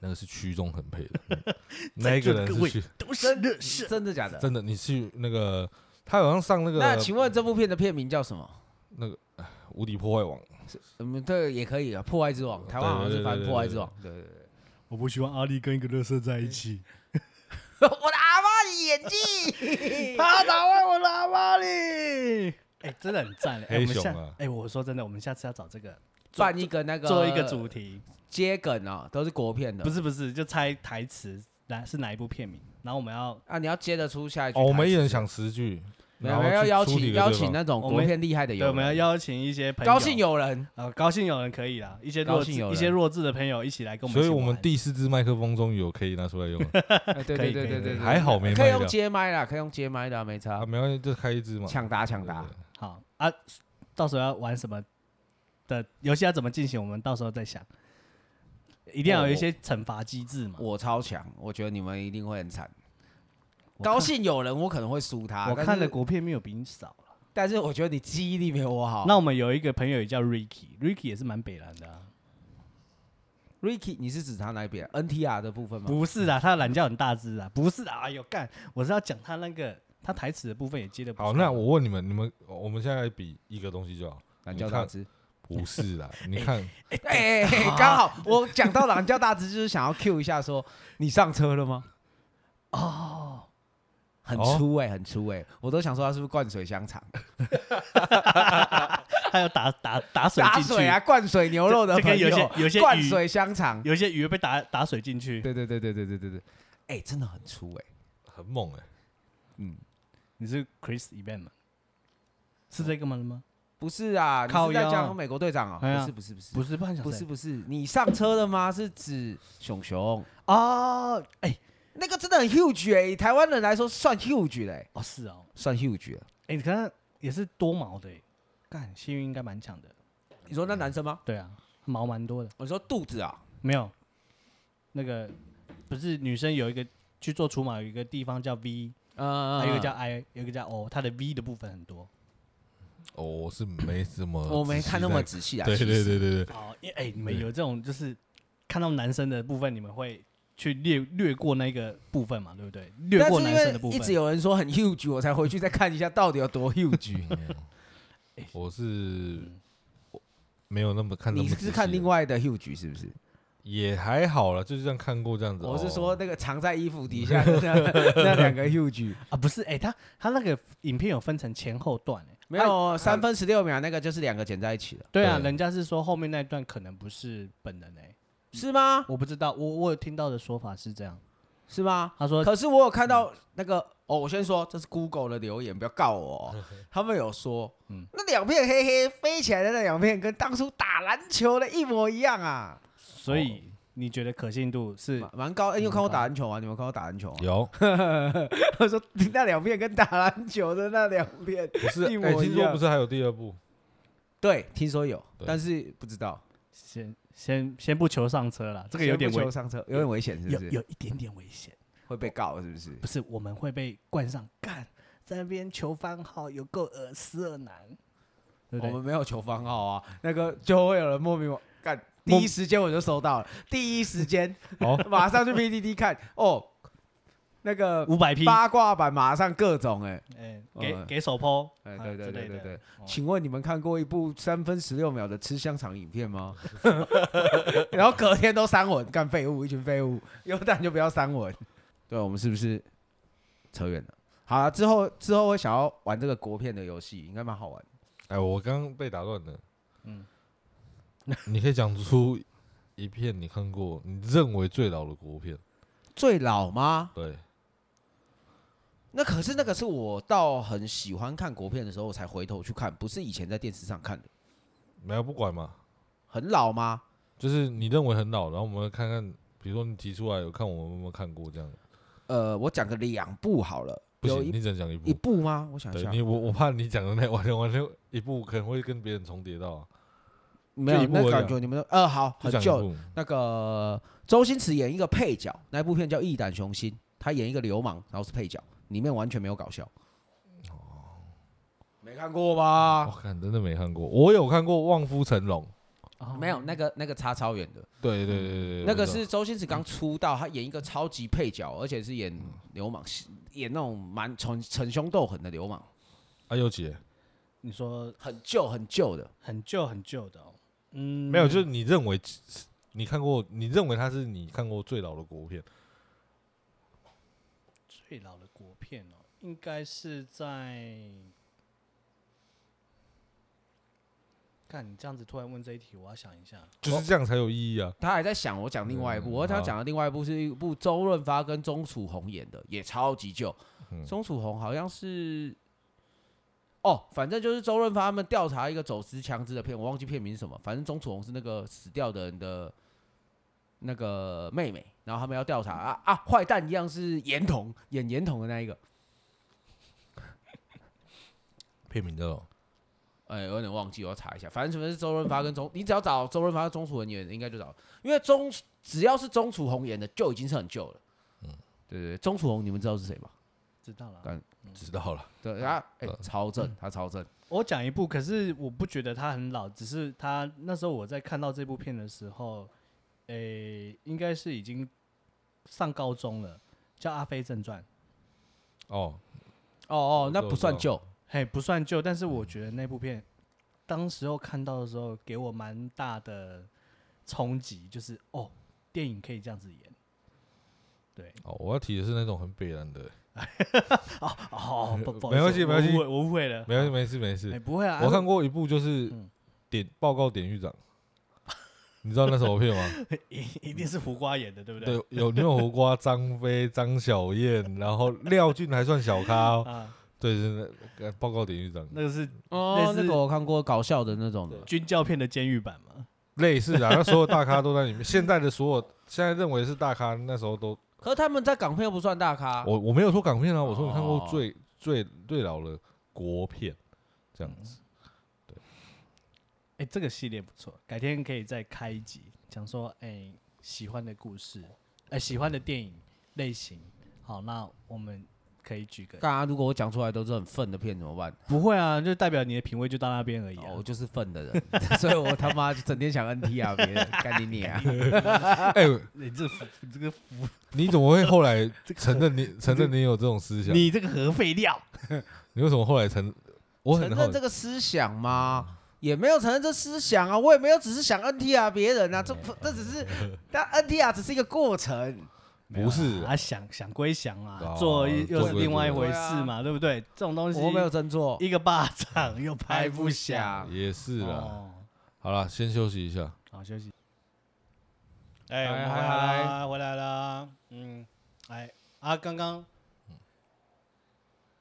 Speaker 1: 那个是曲中恒 配的，嗯那一个人是曲，
Speaker 2: 都
Speaker 3: 是
Speaker 2: 乐
Speaker 3: 真的假的？
Speaker 1: 真的你去那个他好像上那
Speaker 3: 啊那
Speaker 1: 个
Speaker 3: 请问这部片的片名叫什么？
Speaker 1: 那个哎无敌破坏王，
Speaker 3: 嗯，这个也可以啊，《破坏之王》，台湾好像是翻《破坏之王》。对对对，
Speaker 2: 我不希望阿丽跟一个乐色在一起。
Speaker 3: 我的阿妈的演 技，
Speaker 2: 他打坏我的阿玛丽！哎、真的很赞、哎，
Speaker 1: 黑
Speaker 2: 我们
Speaker 1: 熊
Speaker 2: 下
Speaker 1: 啊
Speaker 2: 哎、我说真的，我们下次要找这个
Speaker 3: 办一个那个
Speaker 2: 做一个主题，
Speaker 3: 接梗啊，都是国片的。
Speaker 2: 不是不是，就猜台词哪是哪一部片名，然后我们要
Speaker 3: 啊，你要接得出下一句台
Speaker 1: 哦，
Speaker 3: 词。
Speaker 1: 我们一人想十句，
Speaker 3: 没
Speaker 1: 然
Speaker 3: 有
Speaker 1: 后
Speaker 3: 没有要
Speaker 1: 去
Speaker 3: 邀
Speaker 1: 出题
Speaker 3: 请
Speaker 1: 给
Speaker 3: 邀
Speaker 1: 对
Speaker 3: 请
Speaker 1: 方
Speaker 3: 那种
Speaker 2: 我
Speaker 3: 国
Speaker 2: 们
Speaker 3: 片厉害的友
Speaker 2: 对，
Speaker 3: 人，
Speaker 2: 我们要邀请一些朋友，
Speaker 3: 高兴友人。
Speaker 2: 呃高兴有人可以啦，一些
Speaker 3: 高
Speaker 2: 弱智
Speaker 3: 兴有人
Speaker 2: 一些弱智的朋友一起来跟我
Speaker 1: 所
Speaker 2: 们一
Speaker 1: 以
Speaker 2: 起玩，
Speaker 1: 我们第四支麦克风终于有可以拿出来用了。
Speaker 3: 哎对
Speaker 2: 可
Speaker 3: 对
Speaker 2: 以
Speaker 3: 对
Speaker 2: 可以
Speaker 3: 对
Speaker 2: 可以
Speaker 3: 对，
Speaker 1: 还好没
Speaker 3: 可以
Speaker 1: 卖
Speaker 3: 用
Speaker 1: 掉
Speaker 3: 接麦啦，可以用接麦的啊，没
Speaker 1: 啊，
Speaker 2: 嗯
Speaker 3: 差。
Speaker 1: 没关系，就开一支嘛。
Speaker 3: 抢答
Speaker 1: 对
Speaker 3: 抢
Speaker 1: 对
Speaker 3: 答，
Speaker 1: 对
Speaker 2: 好啊，到时候要玩什么的游戏要怎么进行，我们到时候再想，一定要有一些惩罚机制嘛。
Speaker 3: 我超强，我觉得你们一定会很惨。
Speaker 2: 我看
Speaker 3: 高兴有人，我可能会输他。
Speaker 2: 我
Speaker 3: 啊但
Speaker 2: 看
Speaker 3: 是
Speaker 2: 的国片没有比你少啦
Speaker 3: 但是我觉得你记忆力没有我好。
Speaker 2: 那我们有一个朋友也叫 Ricky，Ricky 也是蛮北蓝的、啊。
Speaker 3: Ricky，你是指他哪一边？NTR 的部分吗？
Speaker 2: 不是啦，啊他的懒觉很大只啊，不是啊，哎呦干，我是要讲他那个他台词的部分也接的不错
Speaker 1: 好，那我问你们，你们我们现在来比一个东西就好。
Speaker 3: 懒
Speaker 1: 你
Speaker 3: 觉
Speaker 1: 看
Speaker 3: 大只。
Speaker 1: 不是 啦，你看，
Speaker 3: 哎，嘿嘿刚好我讲到懒觉大只，就是想要 Q 一下，说你上车了吗？
Speaker 2: 哦，
Speaker 3: 很
Speaker 1: 哦
Speaker 3: 粗哎，很粗哎，我都想说他是不是灌水香肠？
Speaker 2: 有打打打水
Speaker 3: 打
Speaker 2: 进去
Speaker 3: 水啊，灌水牛肉的
Speaker 2: 这这
Speaker 3: 朋
Speaker 2: 跟有
Speaker 3: 友
Speaker 2: 些，有些
Speaker 3: 灌
Speaker 2: 鱼
Speaker 3: 水香肠，
Speaker 2: 有些鱼被打打水进去。
Speaker 3: 对对对对对对对对，哎、真的很粗哎、
Speaker 1: 很猛哎、
Speaker 3: 嗯，
Speaker 2: 你是 Chris Evans 吗？是这
Speaker 3: 嗯
Speaker 2: 个吗？吗？
Speaker 3: 不是啊，你
Speaker 2: 靠
Speaker 3: 是在
Speaker 2: 腰啊
Speaker 3: 讲美国队长啊、
Speaker 2: 哎呀
Speaker 3: 不是不是不是
Speaker 2: 不是，不然想
Speaker 3: 不
Speaker 2: 谁
Speaker 3: 是不是，你上车了吗？是指熊熊
Speaker 2: 哦，哎
Speaker 3: 那个真的很 huge 哎、以台湾人来说算 huge 嘞、
Speaker 2: 哦是哦，
Speaker 3: 算 huge 了。
Speaker 2: 哎，你看也是多毛的哎，干幸运应该蛮强的。
Speaker 3: 你说那男生吗？
Speaker 2: 对啊，毛蛮多的。
Speaker 3: 我说肚子啊，
Speaker 2: 没有，那个不是女生有一个去做除毛，有一个地方叫 V，
Speaker 3: 嗯
Speaker 2: 还有一个叫 I，有一个叫 O，它的 V 的部分很多。
Speaker 1: 哦，我是没什么，
Speaker 3: 我没看那么，仔细啊。
Speaker 1: 对
Speaker 3: 其
Speaker 1: 对对
Speaker 3: 实
Speaker 1: 对对，
Speaker 2: 哦，因为哎、你们
Speaker 1: 对
Speaker 2: 有这种就是看到男生的部分，你们会去略略过那个部分嘛，对不对？略
Speaker 3: 但
Speaker 2: 过
Speaker 3: 是因
Speaker 2: 男生的
Speaker 3: 为
Speaker 2: 部
Speaker 3: 一直
Speaker 2: 分。
Speaker 3: 有人说很 huge，我才回去再看一下到底有 多 huge。
Speaker 1: 我是没有那么看那么
Speaker 3: 你
Speaker 1: 仔细啊，
Speaker 3: 是看另外的 huge 是不是？
Speaker 1: 也还好了，就是这样看过这样子。
Speaker 3: 我是
Speaker 1: 哦
Speaker 3: 说那个藏在衣服底下的 那那两个 huge，
Speaker 2: 啊，不是，哎、他他那个影片有分成前后段、哎，
Speaker 3: 没有三分十六秒那个就是两个剪在一起了，
Speaker 2: 对啊，
Speaker 1: 对
Speaker 2: 人家是说后面那一段可能不是本人、哎，
Speaker 3: 是吗？
Speaker 2: 我不知道，我我有听到的说法是这样，
Speaker 3: 是吗？
Speaker 2: 他说
Speaker 3: 可是我有看到
Speaker 2: 嗯
Speaker 3: 那个哦，我先说这是 Google 的留言，不要告我、哦。 他们有说，
Speaker 2: 嗯
Speaker 3: 那两片黑黑飞起来的那两片，跟当初打篮球的一模一样啊，
Speaker 2: 所以你觉得可信度是
Speaker 3: 蛮蛮高。哎、你有看我
Speaker 2: 蛮高
Speaker 3: 打篮球吗？你们看我打篮球吗？
Speaker 1: 有
Speaker 3: 他说 那两片跟打篮球的那两片，
Speaker 1: 不 是？
Speaker 3: 一模
Speaker 1: 哎，听
Speaker 3: 一
Speaker 1: 说
Speaker 3: 样
Speaker 1: 不是还有第二部？
Speaker 3: 对，听说有，
Speaker 1: 对
Speaker 3: 但是不知道。
Speaker 2: 先先先不求上车了，这个有点
Speaker 3: 先
Speaker 2: 危
Speaker 3: 不求，上车有点危险，是
Speaker 2: 有
Speaker 3: 不是？
Speaker 2: 有一点点危险，
Speaker 3: 会被告是不是？
Speaker 2: 不是我们会被冠上干在那边求番号有够恶死恶男，对
Speaker 3: 我
Speaker 2: 不对？
Speaker 3: 们没有求番号啊，那个就会有人莫名哦我干，第一时间我就收到了，第一时间
Speaker 1: 好，
Speaker 3: 马上去 PDD 看哦，那个
Speaker 2: 五百 P，
Speaker 3: 八卦版马上各种哎、
Speaker 2: 哎，
Speaker 3: 嗯
Speaker 2: 给给手抛，
Speaker 3: 哎
Speaker 2: 啊
Speaker 3: 对对
Speaker 2: 之
Speaker 3: 对
Speaker 2: 类
Speaker 3: 对
Speaker 2: 的
Speaker 3: 对
Speaker 2: 哦
Speaker 3: 请问你们看过一部三分十六秒的吃香肠影片 吗？然后隔天都删文，干废物，一群废物，有胆就不要删文。对，我们是不是扯远了？好了，之后之后会想要玩这个国片的游戏，应该蛮好玩的。
Speaker 1: 哎，我刚刚被打断了。
Speaker 2: 嗯，
Speaker 1: 你可以讲出一片你看过你认为最老的国片？
Speaker 3: 最老吗？
Speaker 1: 对，
Speaker 3: 那可是那个是我到很喜欢看国片的时候我才回头去看，不是以前在电视上看的。
Speaker 1: 没有不管嘛，
Speaker 3: 很老吗？
Speaker 1: 就是你认为很老，然后我们看看，比如说你提出来有看我们有没有看过这样？
Speaker 3: 呃，我讲个两部好了，
Speaker 1: 不
Speaker 3: 有
Speaker 1: 行，
Speaker 3: 一
Speaker 1: 你只能讲一
Speaker 3: 一
Speaker 1: 部。
Speaker 3: 部吗？我想一
Speaker 1: 对
Speaker 3: 下，
Speaker 1: 你，我我怕你讲的那完全完全一部可能会跟别人重叠到啊，
Speaker 3: 没
Speaker 1: 就
Speaker 3: 有
Speaker 1: 一部
Speaker 3: 那
Speaker 1: 而已
Speaker 3: 感
Speaker 1: 啊
Speaker 3: 觉你们都呃好
Speaker 1: 就
Speaker 3: 很
Speaker 1: 讲一
Speaker 3: 旧。
Speaker 1: 部。
Speaker 3: 那个周星驰演一个配角，那部片叫《义胆雄心》，他演一个流氓，然后是配角，里面完全没有搞笑。没看过
Speaker 1: 我
Speaker 3: 吧？
Speaker 1: 看真的没看过，我有看过《望夫成龙》。
Speaker 2: 哦
Speaker 3: 没有，那个那个差超远的，
Speaker 1: 对对对对，对
Speaker 3: 嗯那
Speaker 1: 我
Speaker 3: 个
Speaker 1: 知道嗯
Speaker 3: 是周星驰刚出道，他演一个超级配角，而且是演流氓，演那种蛮逞逞凶斗狠的流氓，
Speaker 1: 阿尤姐，
Speaker 2: 你说
Speaker 3: 很旧很旧的。
Speaker 2: 很旧很旧的哦，嗯，
Speaker 1: 没有，就是你认为你看过，你认为它是你看过最老的国片，
Speaker 2: 最老的国片哦，应该是在。看你这样子突然问这一题，我要想一下。
Speaker 1: 就是
Speaker 3: 哦
Speaker 1: 这样才有意义啊。
Speaker 3: 他还在想我讲另外一部，
Speaker 1: 嗯
Speaker 3: 我想
Speaker 1: 好
Speaker 3: 讲的另外一部是一部周润发跟钟楚红演的，也超级旧。
Speaker 1: 嗯
Speaker 3: 钟楚红好像是，哦，反正就是周润发他们调查一个走私枪支的片，我忘记片名是什么。反正钟楚红是那个死掉的人的那个妹妹，然后他们要调查啊啊，坏蛋一样是严童演严童的那一个，
Speaker 1: 片名叫什么
Speaker 3: 哎、我有点忘记，我要查一下。反正什么是周润发跟钟，你只要找周润发、钟楚红演，应该就找，因为钟只要是钟楚红演的，就已经是很旧了。嗯，对对对，钟楚红你们知道是谁吗？
Speaker 2: 知道了，
Speaker 1: 知道了，
Speaker 3: 对，他哎、超正，他超正。
Speaker 2: 我讲一部，可是我不觉得它很老，只是它那时候我在看到这部片的时候，诶、应该是已经上高中了，叫《阿飞正传》，
Speaker 1: 哦，
Speaker 3: 哦哦，那不算
Speaker 1: 我知
Speaker 3: 旧，
Speaker 2: 嘿，不算旧，但是我觉得那部片，当时候看到的时候，给我蛮大的冲击，就是哦，电影可以这样子演，对，
Speaker 1: 哦，我要提的是那种很北然的、
Speaker 2: 哦哦，不，不好意
Speaker 1: 没
Speaker 2: 思
Speaker 1: 关系
Speaker 2: 我
Speaker 1: 没关系
Speaker 2: 误会我误会了，
Speaker 1: 没关系，没事没
Speaker 2: 哎、
Speaker 1: 事。
Speaker 2: 不会啊，
Speaker 1: 我看过一部，就是
Speaker 2: 嗯
Speaker 1: 点报告典狱长，你知道那首片吗？
Speaker 2: 一一定是胡瓜演的，对不对？
Speaker 1: 对，有牛火瓜、张飞、张小燕，然后廖俊还算小咖、哦，
Speaker 2: 啊，
Speaker 1: 对，是那报告典狱长
Speaker 2: 那个是类
Speaker 3: 哦，
Speaker 2: 似
Speaker 3: 那个我看过搞笑的那种的，
Speaker 2: 军教片的监狱版嘛？
Speaker 1: 类似的啊、那所有大咖都在里面。现在的所有现在认为是大咖，那时候都
Speaker 3: 可是他们在港片又不算大咖，
Speaker 1: 我我没有说港片啊，我说你看过
Speaker 3: 哦
Speaker 1: 最、最最老的国片这样子。
Speaker 2: 哎，这个系列不错，改天可以再开一集，讲说哎喜欢的故事，哎喜欢的电影类型。好，那我们可以举个，
Speaker 3: 刚啊刚如果我讲出来都是很愤的片怎么办？
Speaker 2: 不会啊，就代表你的品味就到那边而已啊
Speaker 3: 哦我。就是愤的人， 所以我他妈就整天想 NT 啊，别人干你你啊！
Speaker 1: 哎、
Speaker 2: 你这你这个
Speaker 1: 你怎么会后来承认你承认你有这种思想？
Speaker 2: 你这个核废料，
Speaker 1: 你为什么后来承？我
Speaker 3: 承
Speaker 1: 很好
Speaker 3: 认这
Speaker 1: 奇，
Speaker 3: 个思想吗？也没有承认这思想啊，我也没有只是想 NT 啊别人啊，这不这只 是，但 NT 啊只是一个过程，
Speaker 1: 不是
Speaker 2: 啊，想想归想啊
Speaker 1: 哦，
Speaker 2: 做一又
Speaker 1: 做
Speaker 2: 是
Speaker 1: 归
Speaker 2: 另外一
Speaker 1: 做
Speaker 2: 回事嘛，对不啊对？这种东西
Speaker 3: 我没有真做，
Speaker 2: 一个巴掌又拍不
Speaker 3: 啊
Speaker 2: 响，
Speaker 1: 也是啊啦。
Speaker 2: 哦
Speaker 1: 好啦，先休息一下。
Speaker 2: 好休息。哎，
Speaker 3: 嗨
Speaker 2: 我们回
Speaker 3: 嗨
Speaker 2: 来
Speaker 3: 嗨
Speaker 2: 啦，回来啦。嗯，哎啊，刚刚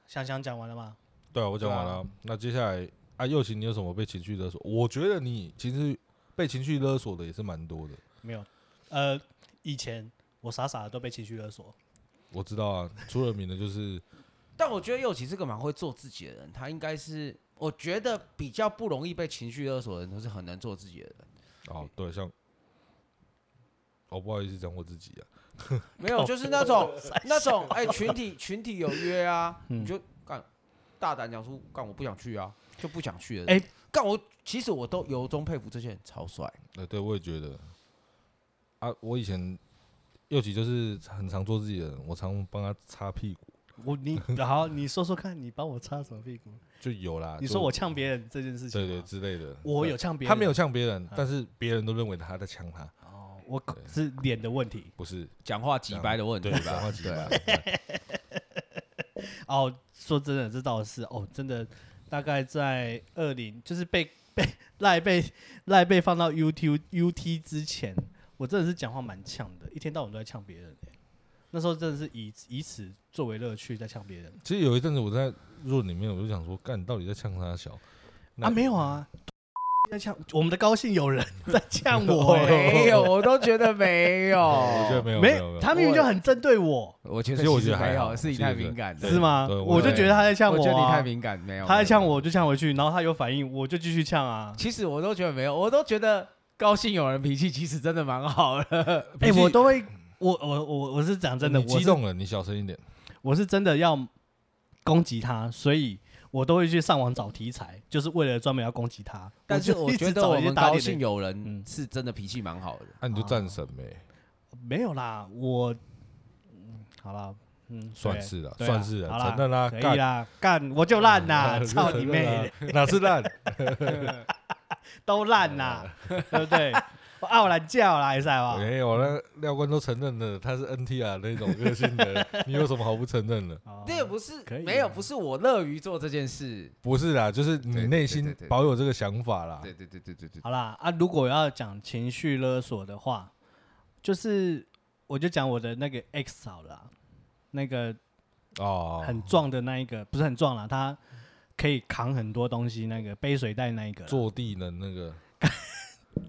Speaker 2: 香香讲完了吗？
Speaker 1: 对啊，我讲完
Speaker 3: 对
Speaker 1: 了
Speaker 3: 啊
Speaker 1: 啊。那接下来啊，右琴，你有什么被情绪勒索？我觉得你其实被情绪勒索的也是蛮多的。
Speaker 2: 没有。呃，以前我傻傻的都被情绪勒索，
Speaker 1: 我知道啊，出了名的就是
Speaker 3: 但我觉得佑奇是个蛮会做自己的人，他应该是我觉得比较不容易被情绪勒索的人，都是很能做自己的人。
Speaker 1: 哦，对，像哦，不好意思，讲我自己啊。
Speaker 3: 没有，就是那种那种哎、群体群体有约 啊，
Speaker 2: 嗯
Speaker 3: 你就干大胆讲出干我不想去啊，就不想去了。
Speaker 2: 哎
Speaker 3: 干我其实我都由衷佩服这些人超帅，
Speaker 1: 呃，对，我也觉得啊，我以前右琴就是很常做自己的人，我常帮他擦屁股
Speaker 2: 我你好，你说说看，你帮我擦什么屁股？
Speaker 1: 就有啦。
Speaker 2: 你
Speaker 1: 就
Speaker 2: 说我呛别人这件事情，
Speaker 1: 对对，之类的，
Speaker 2: 我
Speaker 1: 对
Speaker 2: 有呛别人，
Speaker 1: 他没有呛别人
Speaker 2: 啊，
Speaker 1: 但是别人都认为他在呛他，
Speaker 2: 哦，我可是脸的问题
Speaker 1: 不是
Speaker 3: 讲话直白的问题
Speaker 1: 对，讲
Speaker 3: 吧
Speaker 1: 话？几
Speaker 3: 对啊
Speaker 1: 百。对
Speaker 2: 哦。说真的，这倒是哦，真的，大概在二零，就是被被赖被赖被放到 UT UT 之前，我真的是讲话蛮呛的，一天到晚都在呛别人、欸。那时候真的是以以此作为乐趣在呛别人
Speaker 1: 其实有一阵子我在润里面，我就想说，干，你到底在呛他小？那
Speaker 2: 啊，没有啊，在呛我们的高兴有 人在呛我、欸，
Speaker 3: 没有，我都觉得没有。
Speaker 1: 我觉得没有，没
Speaker 2: 没
Speaker 1: 有，没有。
Speaker 2: 他明明就很针对我，
Speaker 3: 我觉得
Speaker 1: 其实我
Speaker 3: 其
Speaker 1: 觉得还
Speaker 3: 没
Speaker 1: 好
Speaker 3: 有，是你
Speaker 1: 其实
Speaker 3: 太
Speaker 1: 觉得
Speaker 3: 敏感了，
Speaker 2: 是？吗？
Speaker 1: 对我
Speaker 2: 我就
Speaker 3: 对
Speaker 2: 觉得他在呛
Speaker 3: 我觉得你
Speaker 2: 啊
Speaker 3: 太敏感，没有。
Speaker 2: 他在
Speaker 3: 没有
Speaker 2: 呛我，我就呛回去，然后他有反应，我就继续呛啊。
Speaker 3: 其实我都觉得没有，我都觉得高兴有人脾气其实真的蛮好的。
Speaker 2: 哎、
Speaker 1: 脾气
Speaker 2: 我都会，我我我我是讲真的，
Speaker 1: 你
Speaker 2: 我
Speaker 1: 激
Speaker 2: 是
Speaker 1: 动了，你小声一点。
Speaker 2: 我是真的要攻击他，所以我都会去上网找题材，就是为了专门要攻击他。
Speaker 3: 但是
Speaker 2: 就
Speaker 3: 我
Speaker 2: 一直
Speaker 3: 觉得
Speaker 2: 找
Speaker 3: 我
Speaker 2: 一些
Speaker 3: 们
Speaker 2: 打
Speaker 3: 高
Speaker 2: 脸
Speaker 3: 兴
Speaker 2: 的
Speaker 3: 有
Speaker 2: 嗯
Speaker 3: 人是真的脾气蛮好的。
Speaker 1: 那啊
Speaker 2: 哦
Speaker 1: 你就战神呗，
Speaker 2: 没有啦，我、嗯、好了，嗯，
Speaker 1: 算
Speaker 2: 对
Speaker 1: 是了，
Speaker 2: 对啊
Speaker 1: 算是了，
Speaker 2: 好啦
Speaker 1: 承认啦，
Speaker 2: 可
Speaker 1: 干
Speaker 2: 以啦，干我就 烂啦，操你妹，！
Speaker 1: 哪是 烂？
Speaker 2: 都烂啦， 对不对？我傲懒觉啦，还是吧？
Speaker 1: 没有，哎那廖官都承认了，他是 NTR 那种个性的， 你有什么好不承认的？
Speaker 2: 哦
Speaker 3: 那也不是
Speaker 2: 可以，
Speaker 3: 没有，
Speaker 2: 啊
Speaker 3: 不是我乐于做这件事。
Speaker 1: 不是啦，就是你
Speaker 3: 对
Speaker 1: 内
Speaker 3: 对
Speaker 1: 心
Speaker 3: 对对
Speaker 1: 保有这个想法啦。
Speaker 3: 对对对对对。
Speaker 2: 好啦，啊，如果要讲情绪勒索的话，就是我就讲我的那个 X 好了啊、那个
Speaker 1: 哦，
Speaker 2: 很壮的那一个，不是很壮啦，他可以扛很多东西，那个背水袋那一个啦。
Speaker 1: 坐地能那个，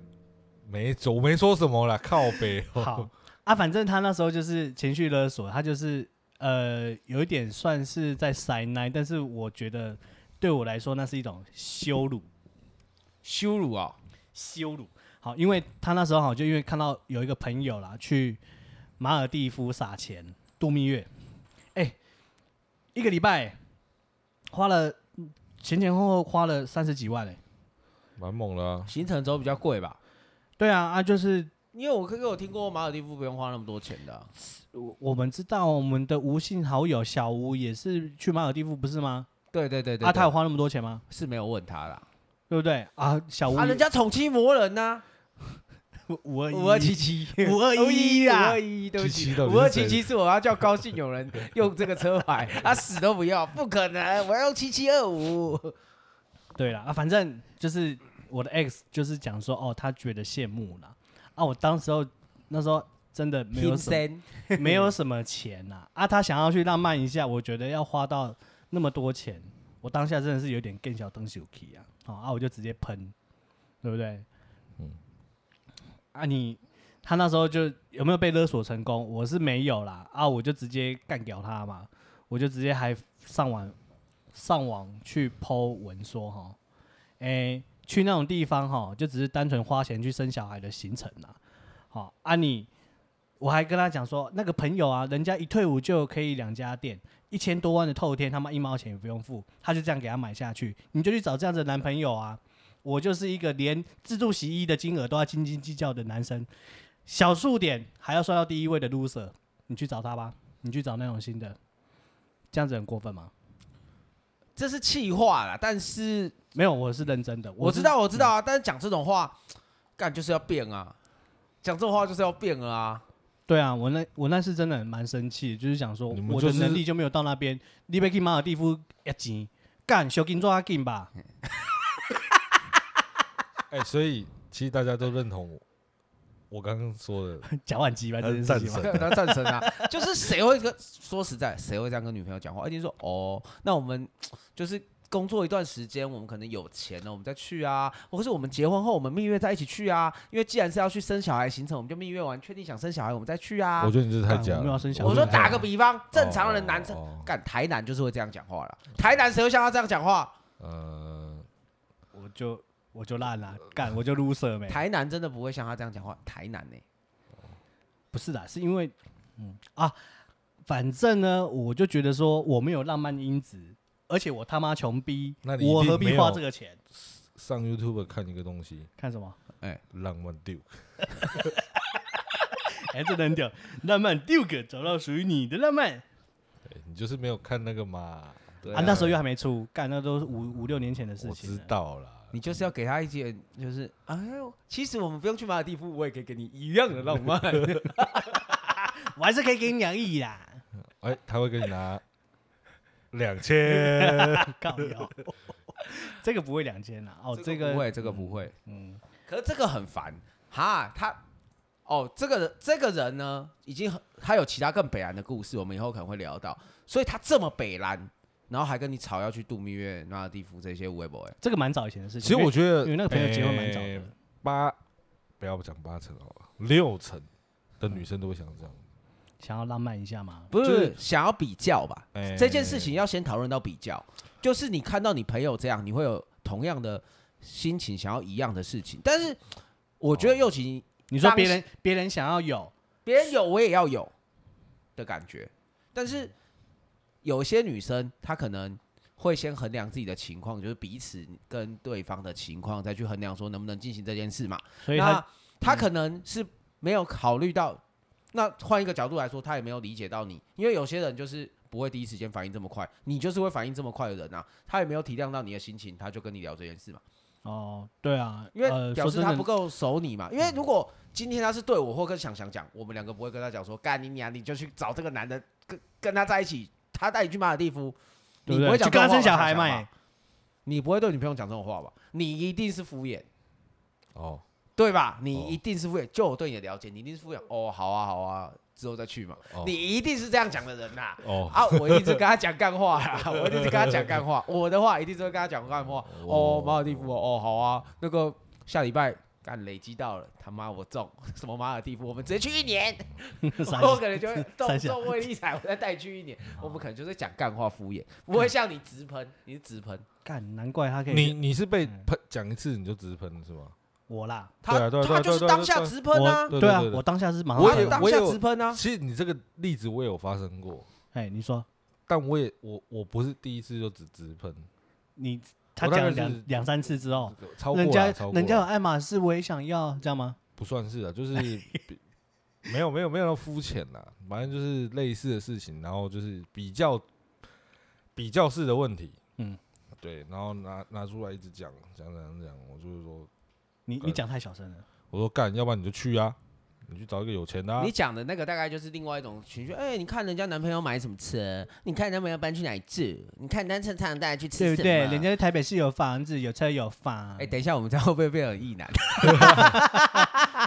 Speaker 1: 没，我没说什么啦，靠北。
Speaker 2: 好啊，反正他那时候就是情绪勒索，他就是呃有一点算是在塞奶，但是我觉得对我来说那是一种羞辱，
Speaker 3: 羞辱啊！
Speaker 2: 羞辱。好，因为他那时候好就因为看到有一个朋友啦，去马尔蒂夫撒钱度蜜月，哎、一个礼拜花了前前后后花了三十几万哎、
Speaker 1: 蛮猛啦、啊，
Speaker 3: 行程走比较贵吧？
Speaker 2: 对啊啊，就是
Speaker 3: 因为我哥哥有听过马尔蒂夫不用花那么多钱的啊、
Speaker 2: 我我们知道我们的吴姓好友小吴也是去马尔蒂夫不是吗？
Speaker 3: 对对对对
Speaker 2: 啊，他有
Speaker 3: 对
Speaker 2: 花那么多钱吗？
Speaker 3: 是没有问他啦。
Speaker 2: 对不对啊？小吴
Speaker 3: 啊，人家宠妻魔人呐、
Speaker 2: 五二
Speaker 3: 五二七七，
Speaker 2: 五二一
Speaker 3: 五
Speaker 2: 啊
Speaker 3: 二一，对不
Speaker 1: 七
Speaker 3: 起
Speaker 1: 七，到底是
Speaker 3: 五二七七是我要叫高兴有人 用这个车牌，他死都不要，不可能，我要用七七二五。
Speaker 2: 对了啊，反正就是我的 ex 就是讲说，哦，他觉得羡慕啦。啊，我当时候那时候真的没有
Speaker 3: 天
Speaker 2: 什么
Speaker 3: 生
Speaker 2: 没有什么钱呐、啊，他想要去浪漫一下，我觉得要花到那么多钱，我当下真的是有点更小灯小气啊，好、啊，我就直接喷，对不对？嗯
Speaker 1: 嗯，
Speaker 2: 啊你。他那时候就有没有被勒索成功？我是没有啦，啊，我就直接干掉他嘛，我就直接还上网上网去 Po 文说哈，哎、去那种地方哈，就只是单纯花钱去生小孩的行程啦，好啊你我还跟他讲说，那个朋友啊，人家一退伍就可以两家店，一千多万的透天，他妈一毛钱也不用付，他就这样给他买下去。你就去找这样子的男朋友啊！我就是一个连自助洗衣的金额都要斤斤计较的男生，小数点还要算到第一位的 loser，你去找他吧，你去找那种新的，这样子很过分吗？
Speaker 3: 这是气话啦，但是
Speaker 2: 没有，我是认真的，
Speaker 3: 我
Speaker 2: 是
Speaker 3: 知道我知道啊，但是讲这种话，干就是要变啊，讲这种话就是要变了啊。
Speaker 2: 对啊，我那我那是真的蛮生气，就是想说
Speaker 1: 你们
Speaker 2: 我
Speaker 1: 就
Speaker 2: 的
Speaker 1: 是
Speaker 2: 能力就没有到那边，你别去马尔蒂夫一钱干，小金做阿金吧，
Speaker 1: 哎、所以其实大家都认同我我刚刚说的，
Speaker 2: 假万鸡吧
Speaker 1: 他
Speaker 2: 这
Speaker 1: 是
Speaker 2: 件事
Speaker 1: 战
Speaker 2: 情吗？
Speaker 1: 神，
Speaker 3: 那战神啊，就是谁会跟说实在，谁会这样跟女朋友讲话？一定说哦，那我们就是工作一段时间，我们可能有钱了，我们再去啊，或是我们结婚后，我们蜜月在一起去啊。因为既然是要去生小孩行程，我们就蜜月完，确定想生小孩，我们再去啊。
Speaker 1: 我觉得你这是太假
Speaker 2: 干我
Speaker 1: 了。
Speaker 2: 没有要生小孩
Speaker 3: 我
Speaker 1: 觉
Speaker 3: 说
Speaker 1: 得你太
Speaker 3: 打个比方，正常人
Speaker 1: 哦
Speaker 3: 男生
Speaker 1: 哦哦
Speaker 3: 干台南就是会这样讲话了，台南谁会像他这样讲话？
Speaker 1: 呃，
Speaker 2: 我就我就烂啦，干我就 loser 没。
Speaker 3: 台南真的不会像他这样讲话，台南欸呢、
Speaker 2: 不是啦，是因为嗯啊，反正呢，我就觉得说我没有浪漫因子，而且我他妈穷逼，
Speaker 1: 那你一
Speaker 2: 我
Speaker 1: 定
Speaker 2: 何必
Speaker 1: 没
Speaker 2: 花
Speaker 1: 有
Speaker 2: 这个钱？
Speaker 1: 上 YouTube 看一个东西，
Speaker 2: 看什么？
Speaker 1: 浪漫 Duke，
Speaker 2: 哎、这能屌，浪漫丢个，找到属于你的浪漫。
Speaker 1: 哎你就是没有看那个嘛？
Speaker 3: 对
Speaker 2: 啊，那时候又还没出，干那都是五五六年前的事
Speaker 1: 我
Speaker 2: 情
Speaker 1: 知
Speaker 2: 了。
Speaker 1: 道啦，
Speaker 3: 你就是要给他一些，就是哎呦，其实我们不用去马尔地夫，我也可以给你一样的浪漫。
Speaker 2: 我还是可以给你两亿啦，
Speaker 1: 哎、他会给你拿两千，
Speaker 2: 靠腰。这个不会两千啦，哦，这
Speaker 3: 不
Speaker 2: 个
Speaker 3: 会，这个不会。
Speaker 2: 嗯，
Speaker 3: 可是这个很烦哈，他哦，这个人这个人呢，已经很他有其他更北蓝的故事，我们以后可能会聊到。所以他这么北蓝，然后还跟你吵要去度蜜月、马尔地夫这些微博，哎，
Speaker 2: 这个蛮早以前的事
Speaker 1: 其
Speaker 2: 情。
Speaker 1: 实我觉得
Speaker 2: 因为因为那个朋友结婚蛮早
Speaker 1: 哎
Speaker 2: 的，
Speaker 1: 八不要讲八成好了，六成的女生都会想这样。
Speaker 2: 想要浪漫一下嘛。
Speaker 3: 不
Speaker 1: 就是是
Speaker 3: 想要比较吧？
Speaker 2: 嗯
Speaker 1: 哎
Speaker 3: 这件事情要先讨论到比较，就是你看到你朋友这样，你会有同样的心情，想要一样的事情。但是我觉得尤其
Speaker 2: 你说
Speaker 3: 当
Speaker 2: 别
Speaker 3: 时
Speaker 2: 人别人想要有，
Speaker 3: 别人有我也要有的感觉。但是有些女生她可能会先衡量自己的情况，就是彼此跟对方的情况，再去衡量说能不能进行这件事嘛。
Speaker 2: 所以
Speaker 3: 那
Speaker 2: 他
Speaker 3: 她可能是没有考虑到，那换一个角度来说，她也没有理解到你，因为有些人就是。不会第一时间反应这么快，你就是会反应这么快的人啊！她也没有体谅到你的心情，她就跟你聊这件事嘛。
Speaker 2: 哦，对啊，
Speaker 3: 因为
Speaker 2: 呃
Speaker 3: 表
Speaker 2: 说
Speaker 3: 示
Speaker 2: 真
Speaker 3: 他
Speaker 2: 的嗯
Speaker 3: 不够熟你嘛。因为如果今天他是对我或跟想想讲，我们两个不会跟他讲说干你娘，你就去找这个男的跟跟他在一起，他带你去马尔地夫，
Speaker 2: 对
Speaker 3: 你不
Speaker 2: 对？
Speaker 3: 会
Speaker 2: 就
Speaker 3: 讲
Speaker 2: 跟他
Speaker 3: 这种话
Speaker 2: 生小
Speaker 3: 吧
Speaker 2: 孩嘛，
Speaker 3: 想想吧你不会对女朋友讲这种话吧？你一定是敷衍，
Speaker 1: 哦，
Speaker 3: 对吧？你
Speaker 1: 哦
Speaker 3: 一定是敷衍，就我对你的了解，你一定是敷衍。哦，好啊，好啊，之后再去嘛。
Speaker 1: 哦
Speaker 3: 你一定是这样讲的人呐、
Speaker 1: 哦，
Speaker 3: 啊，我一直跟他讲干 话啦，我一直跟他讲干话，我的话一定是会跟他讲干话。哦
Speaker 1: 哦，
Speaker 3: 马尔蒂夫哦，哦好啊，那个下礼拜干累积到了，他妈我中 什么马尔蒂夫，我们直接去一 年，
Speaker 2: 傻
Speaker 3: 我
Speaker 2: 笑
Speaker 3: 可能就会中
Speaker 2: 三小
Speaker 3: 中威力彩，我再带你去一年，我们可能就是讲干话敷衍，不会像你直喷，你是直喷，
Speaker 2: 干，难怪他可以
Speaker 1: 你你是被
Speaker 2: 嗯
Speaker 1: 喷讲一次你就直喷是吗？
Speaker 2: 我啦，
Speaker 1: 对啊
Speaker 3: 他
Speaker 1: 对啊对啊
Speaker 3: 他就
Speaker 1: 对
Speaker 3: 是
Speaker 1: 啊对啊
Speaker 3: 当下
Speaker 1: 对啊
Speaker 3: 直喷啊，
Speaker 1: 对
Speaker 2: 对啊
Speaker 1: 对，对
Speaker 2: 我当下是马上
Speaker 1: 我
Speaker 3: 他
Speaker 1: 也
Speaker 3: 就
Speaker 2: 看到
Speaker 3: 当下
Speaker 1: 我有
Speaker 3: 直喷啊，
Speaker 1: 其实你这个例子我也有发生过，
Speaker 2: 哎，你说
Speaker 1: 但我也我我不是第一次就只直喷，
Speaker 2: 你他
Speaker 1: 我大概
Speaker 2: 讲
Speaker 1: 是
Speaker 2: 两两三次之后，
Speaker 3: 哦
Speaker 1: 超过
Speaker 2: 人
Speaker 1: 了
Speaker 2: 家
Speaker 1: 超过
Speaker 2: 人家有
Speaker 1: 啦
Speaker 2: 爱马仕，我也想要，这样吗？
Speaker 1: 不算是啊，就是 比没有没有没有那么肤浅啦，反正就是类似的事情，然后就是比较比较式的问题，
Speaker 2: 嗯，
Speaker 1: 对，然后拿拿出来一直讲讲讲讲，我就是说
Speaker 2: 你
Speaker 1: 对
Speaker 2: 你讲太小声了，
Speaker 1: 我说干，要不然你就去啊，你去找一个有钱的、啊
Speaker 3: 你。讲的那个大概就是另外一种情绪。哎、你看人家男朋友买什么车，你看男朋友搬去哪里住，你看单身常带去吃什
Speaker 2: 对
Speaker 3: 么，
Speaker 2: 不对？人家在台北市有房子、有车、有房，
Speaker 1: 嗯
Speaker 3: 哎、等一下，我们这样会不会变很意男？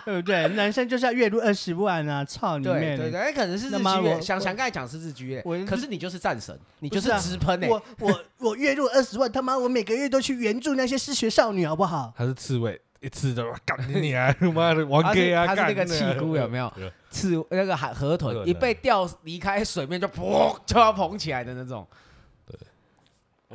Speaker 2: 对不对？男生就是要月入二十万啊！操你妹！
Speaker 3: 对对对，哎可能是日
Speaker 2: 那么
Speaker 3: 居月，
Speaker 2: 我
Speaker 3: 想
Speaker 2: 我
Speaker 3: 想刚才讲是日居月
Speaker 2: 我，
Speaker 3: 可是你就是战神，你就
Speaker 2: 不
Speaker 3: 是
Speaker 2: 是啊
Speaker 3: 直喷哎、
Speaker 2: 我 我我月入二十万，他妈我每个月都去援助那些失学少女，好不好？
Speaker 1: 他是刺猬，一刺 的哇干你啊！妈的，玩
Speaker 3: 他是
Speaker 1: gay 啊！
Speaker 3: 哎他是
Speaker 1: 干
Speaker 3: 那个
Speaker 1: 你啊
Speaker 3: 气姑有没有？
Speaker 1: 对
Speaker 3: 刺那个海河
Speaker 1: 河
Speaker 3: 豚
Speaker 1: 豚
Speaker 3: 一被钓离开水面就噗就要捧起来的那种。对，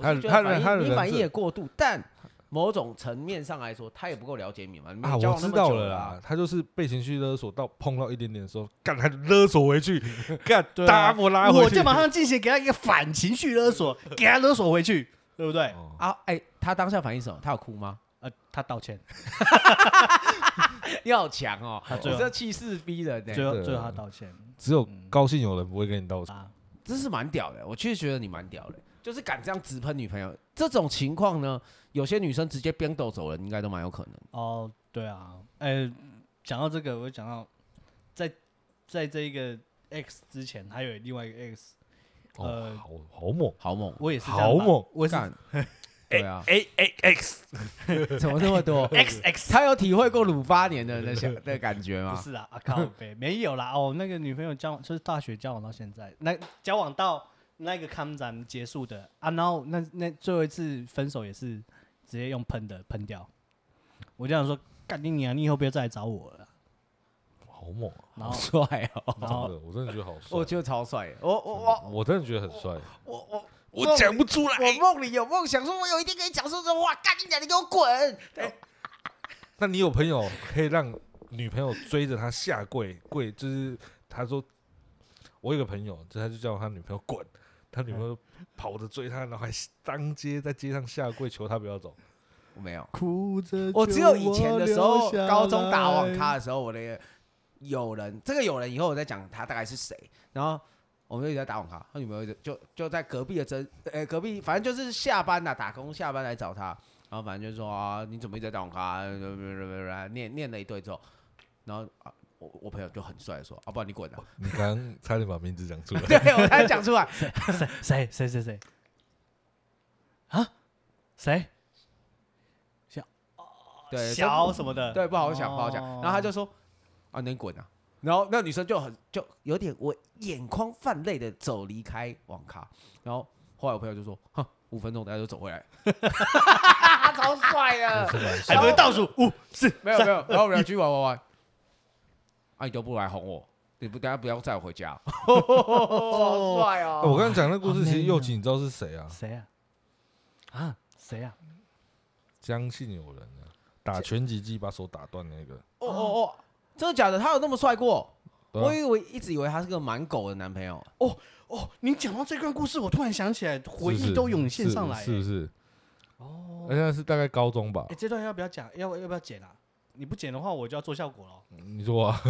Speaker 1: 他
Speaker 3: 我是觉
Speaker 1: 他
Speaker 3: 得
Speaker 1: 人他
Speaker 3: 反应你
Speaker 1: 人
Speaker 3: 反应
Speaker 1: 是
Speaker 3: 也过度，但某种层面上来说，他也不够了解你嘛。你们
Speaker 1: 啊，
Speaker 3: 交
Speaker 1: 我
Speaker 3: 往那
Speaker 1: 知
Speaker 3: 么
Speaker 1: 道
Speaker 3: 久
Speaker 1: 了
Speaker 3: 啊
Speaker 1: 啦，，他就是被情绪勒索到碰到一点点的时候，干他就勒索回 去，干
Speaker 2: 对啊
Speaker 1: 大不拉回
Speaker 2: 我
Speaker 1: 去
Speaker 2: 就。马上进行给他一个反情绪勒 索，给他勒索回去，对不对？
Speaker 1: 哦
Speaker 3: 啊，哎、他当下反应什么？他有哭吗？
Speaker 2: 呃，他道歉，
Speaker 3: 你好强哦、
Speaker 2: 他
Speaker 3: 你
Speaker 2: 最后
Speaker 3: 这气势逼人呢、
Speaker 2: 最后
Speaker 1: 对啊
Speaker 2: 最后他道歉
Speaker 1: 只有
Speaker 2: 嗯
Speaker 1: 高兴有人不会跟你道歉，
Speaker 2: 啊，
Speaker 3: 真是蛮屌的。我确实觉得你蛮屌的，就是敢这样直喷女朋友。这种情况呢，有些女生直接边斗走人，应该都蛮有可能。
Speaker 2: 哦，对啊，呃，讲到这个，我就讲到在在这一个 X 之前，还有另外一个 X，
Speaker 1: 哦，
Speaker 2: 呃
Speaker 1: 好好猛，
Speaker 3: 好猛，
Speaker 2: 我也是这
Speaker 1: 好
Speaker 2: 样吧
Speaker 1: 猛，
Speaker 2: 我也是
Speaker 3: 干，对啊，
Speaker 1: ，A A X
Speaker 3: 怎么这么多
Speaker 2: X X，
Speaker 3: 他有体会过鲁八年的那些那感觉
Speaker 2: 不
Speaker 3: 吗？
Speaker 2: 是啊，啊靠北，没有啦，哦，那个女朋友交往就是大学交往到现在，那交往到那个康展结束的啊，然后那那最后一次分手也是直接用喷的喷掉，我就想说，干你娘，你以后不要再来找我了，
Speaker 1: 好猛啊！
Speaker 2: 然后
Speaker 3: 帅哦，
Speaker 1: 真
Speaker 2: 然后
Speaker 1: 的，我真的觉得好帅
Speaker 3: 我，觉得超帅的。我我我
Speaker 1: 我真的觉得很帅，
Speaker 3: 我我
Speaker 1: 我讲不出来。
Speaker 3: 我梦里有梦想，说我有一天可以讲出这种话，干你娘的，给我滚！
Speaker 1: 那你有朋友可以让女朋友追着他下跪跪，就是他说，我有个朋友，就他就叫他女朋友滚，他女朋友跑着追他，然后还当街在街上下跪求他不要走。
Speaker 3: 我没有，
Speaker 2: 哭着
Speaker 3: 我哦只有以前的时候，高中打网咖，的时候，我的友人，这个友人以后我再讲他大概是谁，然后。我们就一直在打网咖，他女朋友就就就在隔壁的真，呃、隔壁反正就是下班啦、打工下班来找他，然后反正就说啊，你怎么一直在打网咖？念念了一堆之后，然后、啊、我我朋友就很帅地说，啊，不然你滚啊！
Speaker 1: 你刚刚差点把名字讲出来，
Speaker 3: 对我才讲出来，
Speaker 2: 谁谁谁谁谁啊？谁
Speaker 3: 对，
Speaker 2: 小什么的？
Speaker 3: 对，不好想，不好想。然后他就
Speaker 2: 哦
Speaker 3: 说：“啊，你滚啊！”然后那女生就很就有点我眼眶泛泪的走离开网咖。然后后来我朋友就说：“哼，五分钟，大家就走回来。”超帅 啊的，
Speaker 1: 是蛮
Speaker 2: 还不
Speaker 1: 帅
Speaker 2: 会
Speaker 1: 的。
Speaker 2: 倒数五四
Speaker 3: 没有没有。 然后我们俩去玩玩玩，啊，你都不来哄我，你不等下不要载我回家，哦好帅
Speaker 1: 啊
Speaker 3: 哦！
Speaker 1: 我刚刚讲那故事，其
Speaker 2: 好
Speaker 1: 实
Speaker 2: 美
Speaker 1: 右
Speaker 2: 哦
Speaker 1: 起你知道是谁啊？
Speaker 2: 谁啊？啊谁啊？
Speaker 1: 江信友人啊，打拳击机把手打断那个。
Speaker 3: 哦哦哦，真的假的？他有那么帅过？
Speaker 1: 对啊
Speaker 3: 我以为一直以为他是个蛮狗的男朋友。
Speaker 2: 哦，你讲到这段故事，我突然想起来，回
Speaker 1: 是不
Speaker 2: 忆
Speaker 1: 是
Speaker 2: 都涌现上来、
Speaker 1: 是是不
Speaker 2: 哎
Speaker 1: 是？哎
Speaker 2: 哦，
Speaker 1: 那现在是大概高中吧
Speaker 2: 哎、？这段要不要讲？要要不要剪啊？你不剪的话，我就要做效果了。
Speaker 3: 嗯
Speaker 1: 你说啊？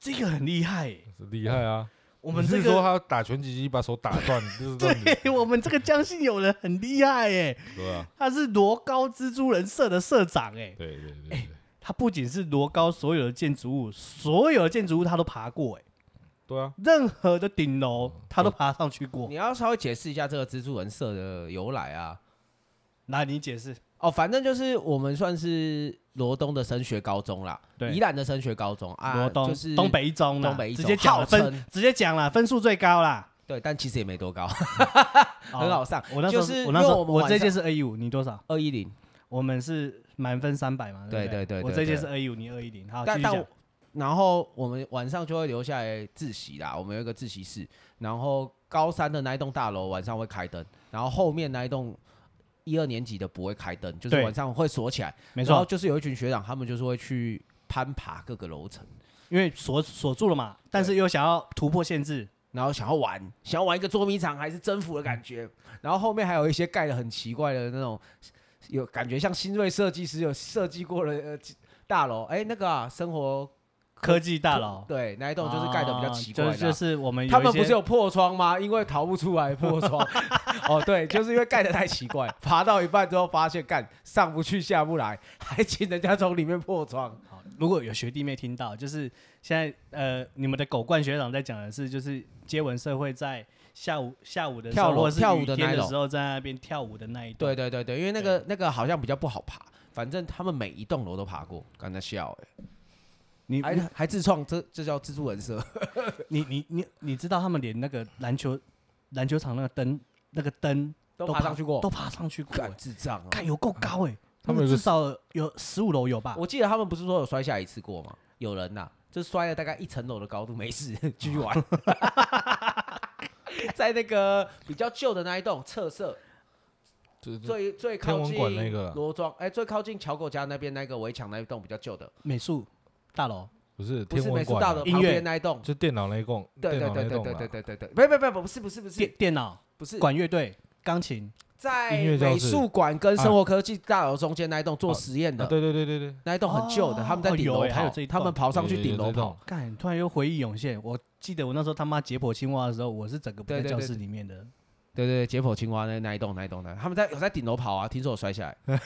Speaker 2: 这个很厉害、哎
Speaker 1: 厉害啊！
Speaker 2: 我们
Speaker 1: 你
Speaker 2: 这
Speaker 1: 是说
Speaker 2: 个，
Speaker 1: 他打拳击机把手打断， 就是这样子
Speaker 2: 对 我们这个江西友人很厉害、哎，
Speaker 1: 对啊？
Speaker 2: 他是罗高蜘蛛人社的社长、哎，
Speaker 1: 对对对对，
Speaker 2: 他不仅是罗高所有的建筑物，所有的建筑物他都爬过、哎，
Speaker 1: 对啊。
Speaker 2: 任何的顶楼他都爬上去过
Speaker 3: 嗯你。要稍微解释一下这个蜘蛛人社的由来啊。
Speaker 2: 来，你解释。
Speaker 3: 哦，反正就是我们算是罗东的升学高中啦，
Speaker 2: 对
Speaker 3: 宜兰的升学高中啊，
Speaker 2: 罗东、
Speaker 3: 就是
Speaker 2: 东北一中啦
Speaker 3: 东北一中
Speaker 2: 直接讲了
Speaker 3: 号
Speaker 2: 分
Speaker 3: 称，
Speaker 2: 直接讲了分数最高啦，
Speaker 3: 对，但其实也没多高，
Speaker 2: 哦
Speaker 3: 很好上。
Speaker 2: 我那时候
Speaker 3: 就是
Speaker 2: 我那时
Speaker 3: 因为
Speaker 2: 候
Speaker 3: 我们
Speaker 2: 我
Speaker 3: 晚
Speaker 2: 这
Speaker 3: 上
Speaker 2: 届是二一五，你多少？
Speaker 3: 二一零，
Speaker 2: 我们是满分三百嘛，
Speaker 3: 对
Speaker 2: 不对
Speaker 3: 对对
Speaker 2: 我
Speaker 3: 对
Speaker 2: 这届
Speaker 3: 对
Speaker 2: 是二一五，你二一零，好，继
Speaker 3: 但
Speaker 2: 续
Speaker 3: 但
Speaker 2: 讲
Speaker 3: 我。然后我们晚上就会留下来自习啦，我们有一个自习室，然后高三的那一栋大楼晚上会开灯，然后后面那一栋一二年级的不会开灯，就是
Speaker 2: 对
Speaker 3: 晚上会锁起来，
Speaker 2: 没
Speaker 3: 然后
Speaker 2: 错，
Speaker 3: 就是有一群学长，他们就是会去攀爬各个楼层。
Speaker 2: 因为锁锁住了嘛，但是又想要突破限制，
Speaker 3: 然后想要玩，想要玩一个捉迷藏还是征服的感觉。然后后面还有一些盖的很奇怪的那种，有感觉像新锐设计师有设计过的呃大楼。哎，那个啊，生活
Speaker 2: 科技大楼
Speaker 3: 对那一栋就是盖的比较奇怪的啊、
Speaker 2: 哦就是就是我们有
Speaker 3: 他
Speaker 2: 一
Speaker 3: 们不
Speaker 2: 些
Speaker 3: 是有破窗吗？因为逃不出来破窗，哦，对，就是因为盖的太奇 怪，爬到一半之后发现干上不去下不来，还请人家从里面破窗。
Speaker 2: 好，如果有学弟妹听到，就是现在呃，你们的狗冠学长在讲的是，就是接吻社会在下午下午的时候
Speaker 3: 跳楼
Speaker 2: 或者是
Speaker 3: 跳舞
Speaker 2: 雨
Speaker 3: 的
Speaker 2: 天
Speaker 3: 那一
Speaker 2: 的
Speaker 3: 种
Speaker 2: 时候，在那边跳舞的那一段。
Speaker 3: 对对对对，因为那个那个好像比较不好爬，反正他们每一栋楼都爬过，刚才笑哎、
Speaker 2: 你
Speaker 3: 还还自创，这这叫自助人设。
Speaker 2: 你你你你知道他们连那个篮球篮球场那个灯那个灯
Speaker 3: 都爬上去过
Speaker 2: 都爬上去过、
Speaker 3: 干
Speaker 2: 欸，
Speaker 3: 智障啊！
Speaker 2: 盖有够高哎、欸，
Speaker 1: 他们有个
Speaker 2: 至少有十五楼有吧？
Speaker 3: 我记得他们不是说有摔下一次过吗？有人呐、就是摔了大概一层楼的高度，没事，继续玩。在那个比较旧的那一栋侧舍，
Speaker 1: 这这
Speaker 3: 最最
Speaker 1: 天
Speaker 3: 靠
Speaker 1: 文
Speaker 3: 近
Speaker 1: 馆那个啦
Speaker 3: 罗庄，哎、最靠近乔狗家那边那个围墙那一栋比较旧的，
Speaker 2: 美术大楼
Speaker 1: 不是
Speaker 3: 不
Speaker 1: 天
Speaker 3: 是美
Speaker 1: 文
Speaker 3: 术
Speaker 1: 馆
Speaker 3: 大
Speaker 1: 啊
Speaker 3: 楼，
Speaker 2: 音
Speaker 3: 旁
Speaker 2: 乐
Speaker 3: 边那一栋。
Speaker 1: 就电脑那一栋，
Speaker 3: 对
Speaker 1: 电
Speaker 3: 对
Speaker 1: 脑那
Speaker 3: 对
Speaker 1: 一
Speaker 3: 对
Speaker 1: 栋啊
Speaker 3: 对
Speaker 1: 啦
Speaker 3: 对对对对，没没没，不是不是不
Speaker 2: 电
Speaker 3: 是
Speaker 2: 电脑
Speaker 3: 不是，
Speaker 2: 管乐队钢琴
Speaker 3: 在
Speaker 1: 音乐教
Speaker 3: 美
Speaker 1: 室
Speaker 3: 术馆跟生活科技大楼中间那一栋做
Speaker 1: 啊
Speaker 3: 实验
Speaker 1: 啊
Speaker 3: 的，
Speaker 1: 对对对对对，
Speaker 3: 那一栋很旧的，
Speaker 2: 哦
Speaker 3: 他们在
Speaker 2: 哦
Speaker 3: 顶
Speaker 2: 有
Speaker 3: 楼
Speaker 2: 欸还有
Speaker 3: 跑
Speaker 2: 这一，
Speaker 3: 他们
Speaker 2: 栋
Speaker 3: 跑上去
Speaker 1: 有
Speaker 3: 顶
Speaker 1: 有
Speaker 3: 楼
Speaker 1: 这
Speaker 3: 跑
Speaker 1: 栋，
Speaker 2: 干，突然又回忆涌现。我记得我那时候他妈解剖青蛙的时候，我是整个不
Speaker 3: 对
Speaker 2: 在
Speaker 3: 对
Speaker 2: 教
Speaker 3: 对
Speaker 2: 室
Speaker 3: 对
Speaker 2: 里面的。
Speaker 3: 对对对，解剖青蛙那那一栋那一栋的，他们在有在顶楼跑啊，听说我摔下来，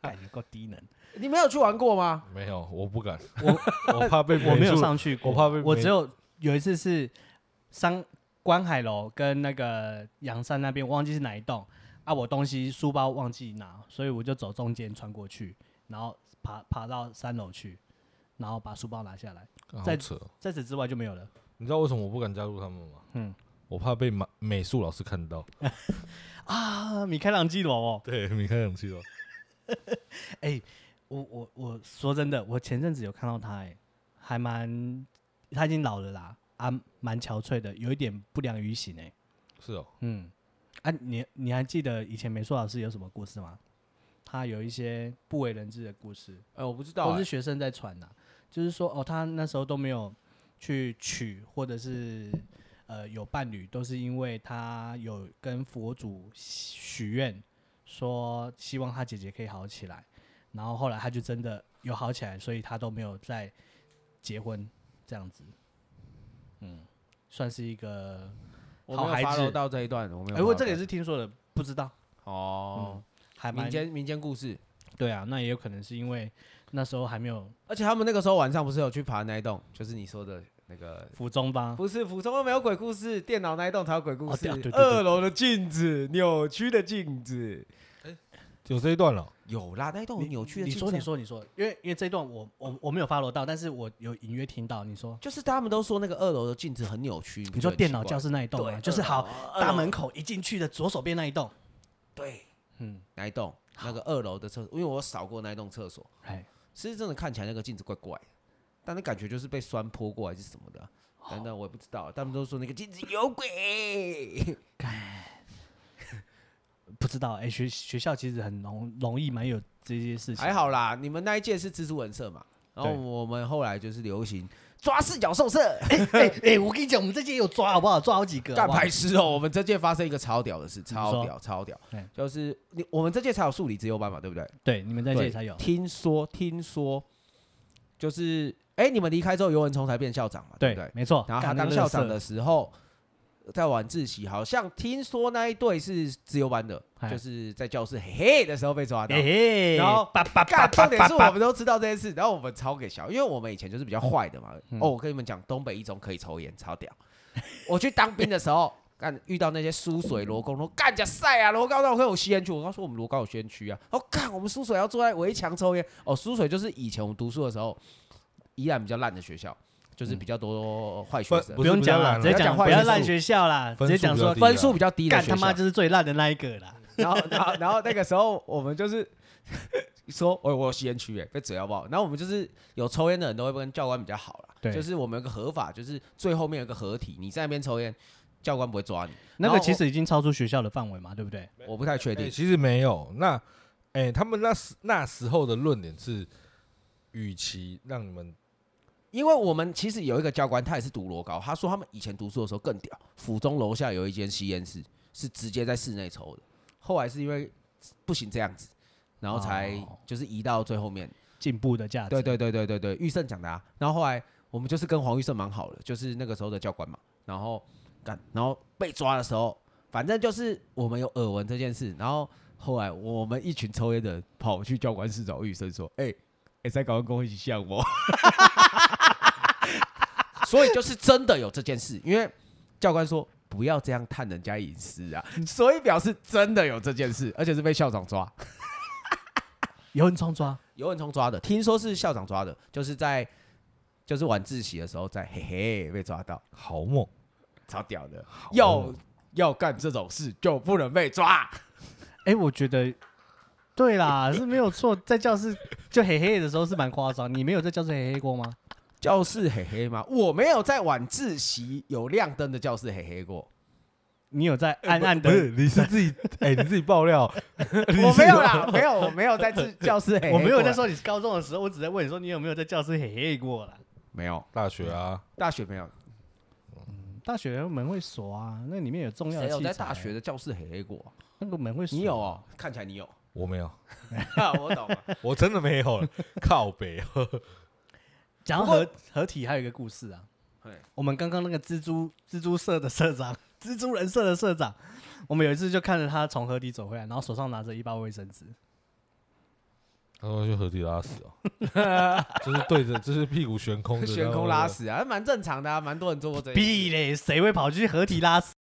Speaker 2: 感觉够低能。
Speaker 3: 你没有去玩过吗？
Speaker 1: 没有，我不敢，我我怕被
Speaker 2: 我没
Speaker 1: 美
Speaker 2: 有
Speaker 1: 术
Speaker 2: 上去过，
Speaker 1: 我怕被
Speaker 2: 我
Speaker 1: 没
Speaker 2: 只有有一次是商观海楼跟那个阳山那边，我忘记是哪一栋啊，我东西书包忘记拿，所以我就走中间穿过去，然后爬爬到三楼去，然后把书包拿下来，
Speaker 1: 啊好
Speaker 2: 在
Speaker 1: 扯。
Speaker 2: 在此之外就没有了。
Speaker 1: 你知道为什么我不敢加入他们吗？
Speaker 2: 嗯
Speaker 1: 我怕被美美术老师看到。
Speaker 2: 啊，米开朗基罗哦，
Speaker 1: 对，
Speaker 2: 哎
Speaker 1: 你看勇气哦。
Speaker 2: 我我我说真的，我前阵子有看到他、哎，还蛮他已经老了啦，啊，蛮憔悴的，有一点不良于行哎、
Speaker 1: 是哦，
Speaker 2: 嗯，啊，你你还记得以前美术老师有什么故事吗？他有一些不为人知的故事，
Speaker 3: 哎，我不知道
Speaker 2: 都
Speaker 3: 欸
Speaker 2: 是，学生在传呐、就是说，哦，他那时候都没有去娶，或者是呃有伴侣，都是因为他有跟佛祖许愿，说希望他姐姐可以好起来。然后后来他就真的有好起来，所以他都没有再结婚这样子。嗯，算是一个
Speaker 3: 我
Speaker 2: 好
Speaker 3: 没
Speaker 2: 孩
Speaker 3: 有
Speaker 2: 子
Speaker 3: follow 到这一段，我没有 follow 到。
Speaker 2: 哎、我这个也是听说的，不知道。
Speaker 3: 哦
Speaker 2: 嗯，，还蛮
Speaker 3: 民间民间故事，
Speaker 2: 对啊，那也有可能是因为那时候还没有
Speaker 3: 而且他们那个时候晚上不是有去爬那一栋，就是你说的那个。
Speaker 2: 服装吧。
Speaker 3: 不是，府中没有鬼故事，电脑那一栋才有鬼故
Speaker 2: 哦
Speaker 3: 事
Speaker 2: 对啊对。对对
Speaker 3: 二楼的镜子，扭曲的镜子，
Speaker 1: 有这一段了。
Speaker 3: 有啦，那一栋有扭曲的
Speaker 2: 你
Speaker 3: 镜子啊。
Speaker 2: 说，你说，你说，因为因为这一段我我我没有 follow 到，但是我有隐约听到你说，
Speaker 3: 就是他们都说那个二楼的镜子很扭曲。你不
Speaker 2: 你
Speaker 3: 觉
Speaker 2: 说
Speaker 3: 得很
Speaker 2: 电
Speaker 3: 奇
Speaker 2: 脑
Speaker 3: 怪
Speaker 2: 教
Speaker 3: 吗
Speaker 2: 室那一栋
Speaker 3: 对
Speaker 2: 啊，就是
Speaker 3: 二楼
Speaker 2: 好
Speaker 3: 二
Speaker 2: 大
Speaker 3: 楼
Speaker 2: 门口一进去的左手边那一栋，
Speaker 3: 对
Speaker 2: 嗯，
Speaker 3: 哪一栋那个二楼的厕所，因为我扫过那一栋厕所，
Speaker 2: 哎，
Speaker 3: 其实真的看起来那个镜子怪怪的，但那感觉就是被酸泼过还是什么的啊，
Speaker 2: 哦
Speaker 3: 等等我也不知道，他们都说那个镜子 有鬼。
Speaker 2: 不知道哎、学学校其实很容容易蛮有这些事情，
Speaker 3: 还好啦，你们那一届是蜘蛛人社嘛，然后
Speaker 2: 对
Speaker 3: 我们后来就是流行抓四角兽社，
Speaker 2: 哎哎、我跟你讲，我们这届有抓好不好？抓好几个好
Speaker 3: 干
Speaker 2: 不好
Speaker 3: 白痴哦！我们这届发生一个超屌的事，超
Speaker 2: 说
Speaker 3: 屌超屌
Speaker 2: 嗯，
Speaker 3: 就是你我们这届才有数理自由班嘛，对不对？
Speaker 2: 对，你们那
Speaker 3: 对，
Speaker 2: 届才有，
Speaker 3: 听说，听说，就是哎、你们离开之后，尤文聪才变校长嘛，对
Speaker 2: 对
Speaker 3: 不对？
Speaker 2: 没错。
Speaker 3: 然后
Speaker 2: 哦
Speaker 3: 他
Speaker 2: 干
Speaker 3: 当
Speaker 2: 那个垃
Speaker 3: 校
Speaker 2: 圾
Speaker 3: 长的时候，在晚自习，好像听说那一队是自由班的，
Speaker 2: 哎
Speaker 3: 就是在教室嘿嘿的时候被抓到。
Speaker 2: 嘿哎嘿，
Speaker 3: 然后
Speaker 2: 叭叭叭
Speaker 3: 干，重
Speaker 2: 叭
Speaker 3: 点
Speaker 2: 叭
Speaker 3: 是我
Speaker 2: 叭，
Speaker 3: 们都知道这件事，然后我们超给小，因为我们以前就是比较坏的嘛。
Speaker 2: 嗯
Speaker 3: 哦，我跟你们讲，东北一中可以抽烟，超屌。 我去当兵的时候，干遇到那些输水罗工，说干假晒啊，罗高那我会有吸烟区，我告诉我们罗高有吸烟区啊。哦，干我们输水要坐在围墙抽烟。哦，输水就是以前我们读书的时候，依然比较烂的学校，就是
Speaker 2: 嗯
Speaker 3: 比较多坏学生，
Speaker 1: 不
Speaker 2: 不
Speaker 1: 是
Speaker 2: 用
Speaker 1: 比较
Speaker 2: 讲
Speaker 1: 懒
Speaker 2: 了，
Speaker 1: 啊
Speaker 2: 直接
Speaker 3: 不要讲
Speaker 2: 讲
Speaker 3: 坏
Speaker 2: 不要
Speaker 3: 学
Speaker 2: 烂
Speaker 1: 术
Speaker 2: 学校啦，直
Speaker 1: 分
Speaker 2: 接
Speaker 1: 数
Speaker 2: 讲
Speaker 1: 比较
Speaker 2: 说
Speaker 1: 低啊
Speaker 3: 分数比较低的
Speaker 2: 干
Speaker 3: 学校。
Speaker 2: 他妈就是最烂的那一个啦。
Speaker 3: 然后，然后，然后那个时候我们就是 说，我我有吸烟区哎，被嘴好不好？然后我们就是有抽烟的人都会跟教官比较好啦，
Speaker 2: 对
Speaker 3: 就是我们有个合法，就是最后面有个合体，你在那边抽烟，教官不会抓你。
Speaker 2: 那
Speaker 3: 然
Speaker 2: 个
Speaker 3: 后
Speaker 2: 其实已经超出学校的范围嘛，对不对？
Speaker 3: 我我不太确
Speaker 1: 哎、
Speaker 3: 定，
Speaker 1: 其实没有。那，哎、他们那时那时候的论点是，与其让你们
Speaker 3: 因为我们其实有一个教官，他也是读罗高，他说他们以前读书的时候更屌，府中楼下有一间吸烟室，是直接在室内抽的，后来是因为不行这样子，然后才
Speaker 2: 哦
Speaker 3: 就是移到最后面。
Speaker 2: 进步的价值。
Speaker 3: 对对对对对对，玉胜讲的啊。然后后来我们就是跟黄玉胜蛮好的，就是那个时候的教官嘛。然后干，然后被抓的时候，反正就是我们有耳闻这件事，然后后来我们一群抽烟的人跑去教官室找玉生说：“哎、欸，哎，在搞跟我一起像我。” 所以就是真的有这件事，因为教官说不要这样探人家隐私啊，所以表示真的有这件事，而且是被校长抓。
Speaker 2: 有人冲抓，
Speaker 3: 游文聪抓的，听说是校长抓的，就是在就是晚自习的时候在嘿嘿被抓到，
Speaker 1: 好猛，
Speaker 3: 超屌的。
Speaker 1: 好
Speaker 3: 要
Speaker 1: 猛
Speaker 3: 要干这种事就不能被抓，
Speaker 2: 哎、我觉得对啦，是没有错。在教室就嘿嘿的时候是蛮夸张，你没有在教室嘿嘿过吗？
Speaker 3: 教室嘿嘿吗？我没有在晚自习有亮灯的教室嘿嘿 过，
Speaker 2: 你有在暗暗
Speaker 1: 不是
Speaker 2: 的？
Speaker 1: 你是自己哎，你自己爆 料，
Speaker 3: 我没有啦，没有，我没有在自教 室嘿嘿，
Speaker 2: 我没有在，说你是高中的时候，我只在问你说你有没有在教室嘿嘿过啦。
Speaker 3: 没有，
Speaker 1: 大学啊，
Speaker 3: 大学没有，
Speaker 2: 大学门会锁啊，那里面有重要的
Speaker 3: 谁有
Speaker 2: 器材。
Speaker 3: 在大学的教室嘿嘿过？
Speaker 2: 那个门会锁。啊
Speaker 3: 你有？哦，看起来你有， 啊
Speaker 1: 我没有，
Speaker 3: 我 懂了。
Speaker 1: 我真的没有了，靠北哦，
Speaker 2: 讲到合合体还有一个故事啊
Speaker 3: 嘿。
Speaker 2: 我们刚刚那个蜘蛛蜘蛛社的社长， 蜘蛛人社的社长，我们有一次就看着他从河底走回来，然后手上拿着一包卫生纸，
Speaker 1: 他说去河底拉屎哦，就是对着，就是屁股悬空的，
Speaker 3: 悬空拉，屎啊，蛮正常的啊，蛮多人做过这件事。
Speaker 2: 屁嘞，谁会跑去河体拉屎？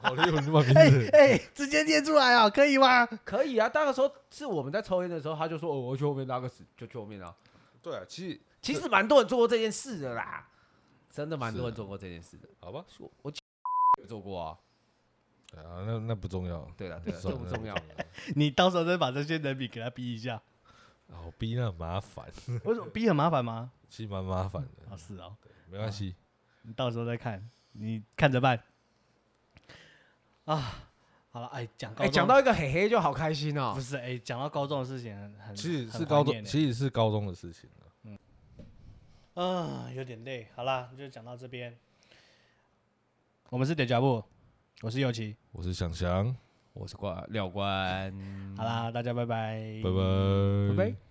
Speaker 1: 好厉害，哦你把名
Speaker 2: 哎
Speaker 1: 字
Speaker 2: 哎，直接念出来啊，可以吗？
Speaker 3: 可以啊，那个时候是我们在抽烟的时候，他就说：“哦，我去后面拉个屎，就去后面啊。
Speaker 1: 对啊，其实”
Speaker 3: 其实蛮多人做过这件事的啦，真的蛮多人做过这件事的。
Speaker 1: 好吧，
Speaker 3: 我我有做过啊，
Speaker 1: 对啊，那那不重要，
Speaker 3: 对了对了，
Speaker 1: 算
Speaker 3: 这
Speaker 1: 了
Speaker 3: 不 重要。。
Speaker 2: 你到时候再把这些人比给他逼一下，
Speaker 1: 好哦逼那很麻烦，
Speaker 2: 为什么逼很麻烦吗？
Speaker 1: 其实蛮麻烦的，
Speaker 2: 哦，是哦，
Speaker 1: 没关系。
Speaker 2: 你到时候再看，你看着办。啊，好了，哎，讲高
Speaker 3: 哎，
Speaker 2: 中
Speaker 3: 讲到一个嘿嘿就好开心哦
Speaker 2: 不。是哎，讲到高中的事情很
Speaker 3: 啊
Speaker 2: 很，
Speaker 1: 其实
Speaker 2: 很
Speaker 1: 是
Speaker 2: 怀
Speaker 1: 高中，
Speaker 2: 念哎
Speaker 1: 其实是高中的事情了
Speaker 2: 啊，有点累。好啦，就讲到这边。我们是点脚步，我是右奇。
Speaker 1: 我是想想，
Speaker 3: 我是关廖关，
Speaker 2: 好啦，大家拜拜。
Speaker 1: 拜拜，
Speaker 3: 拜拜。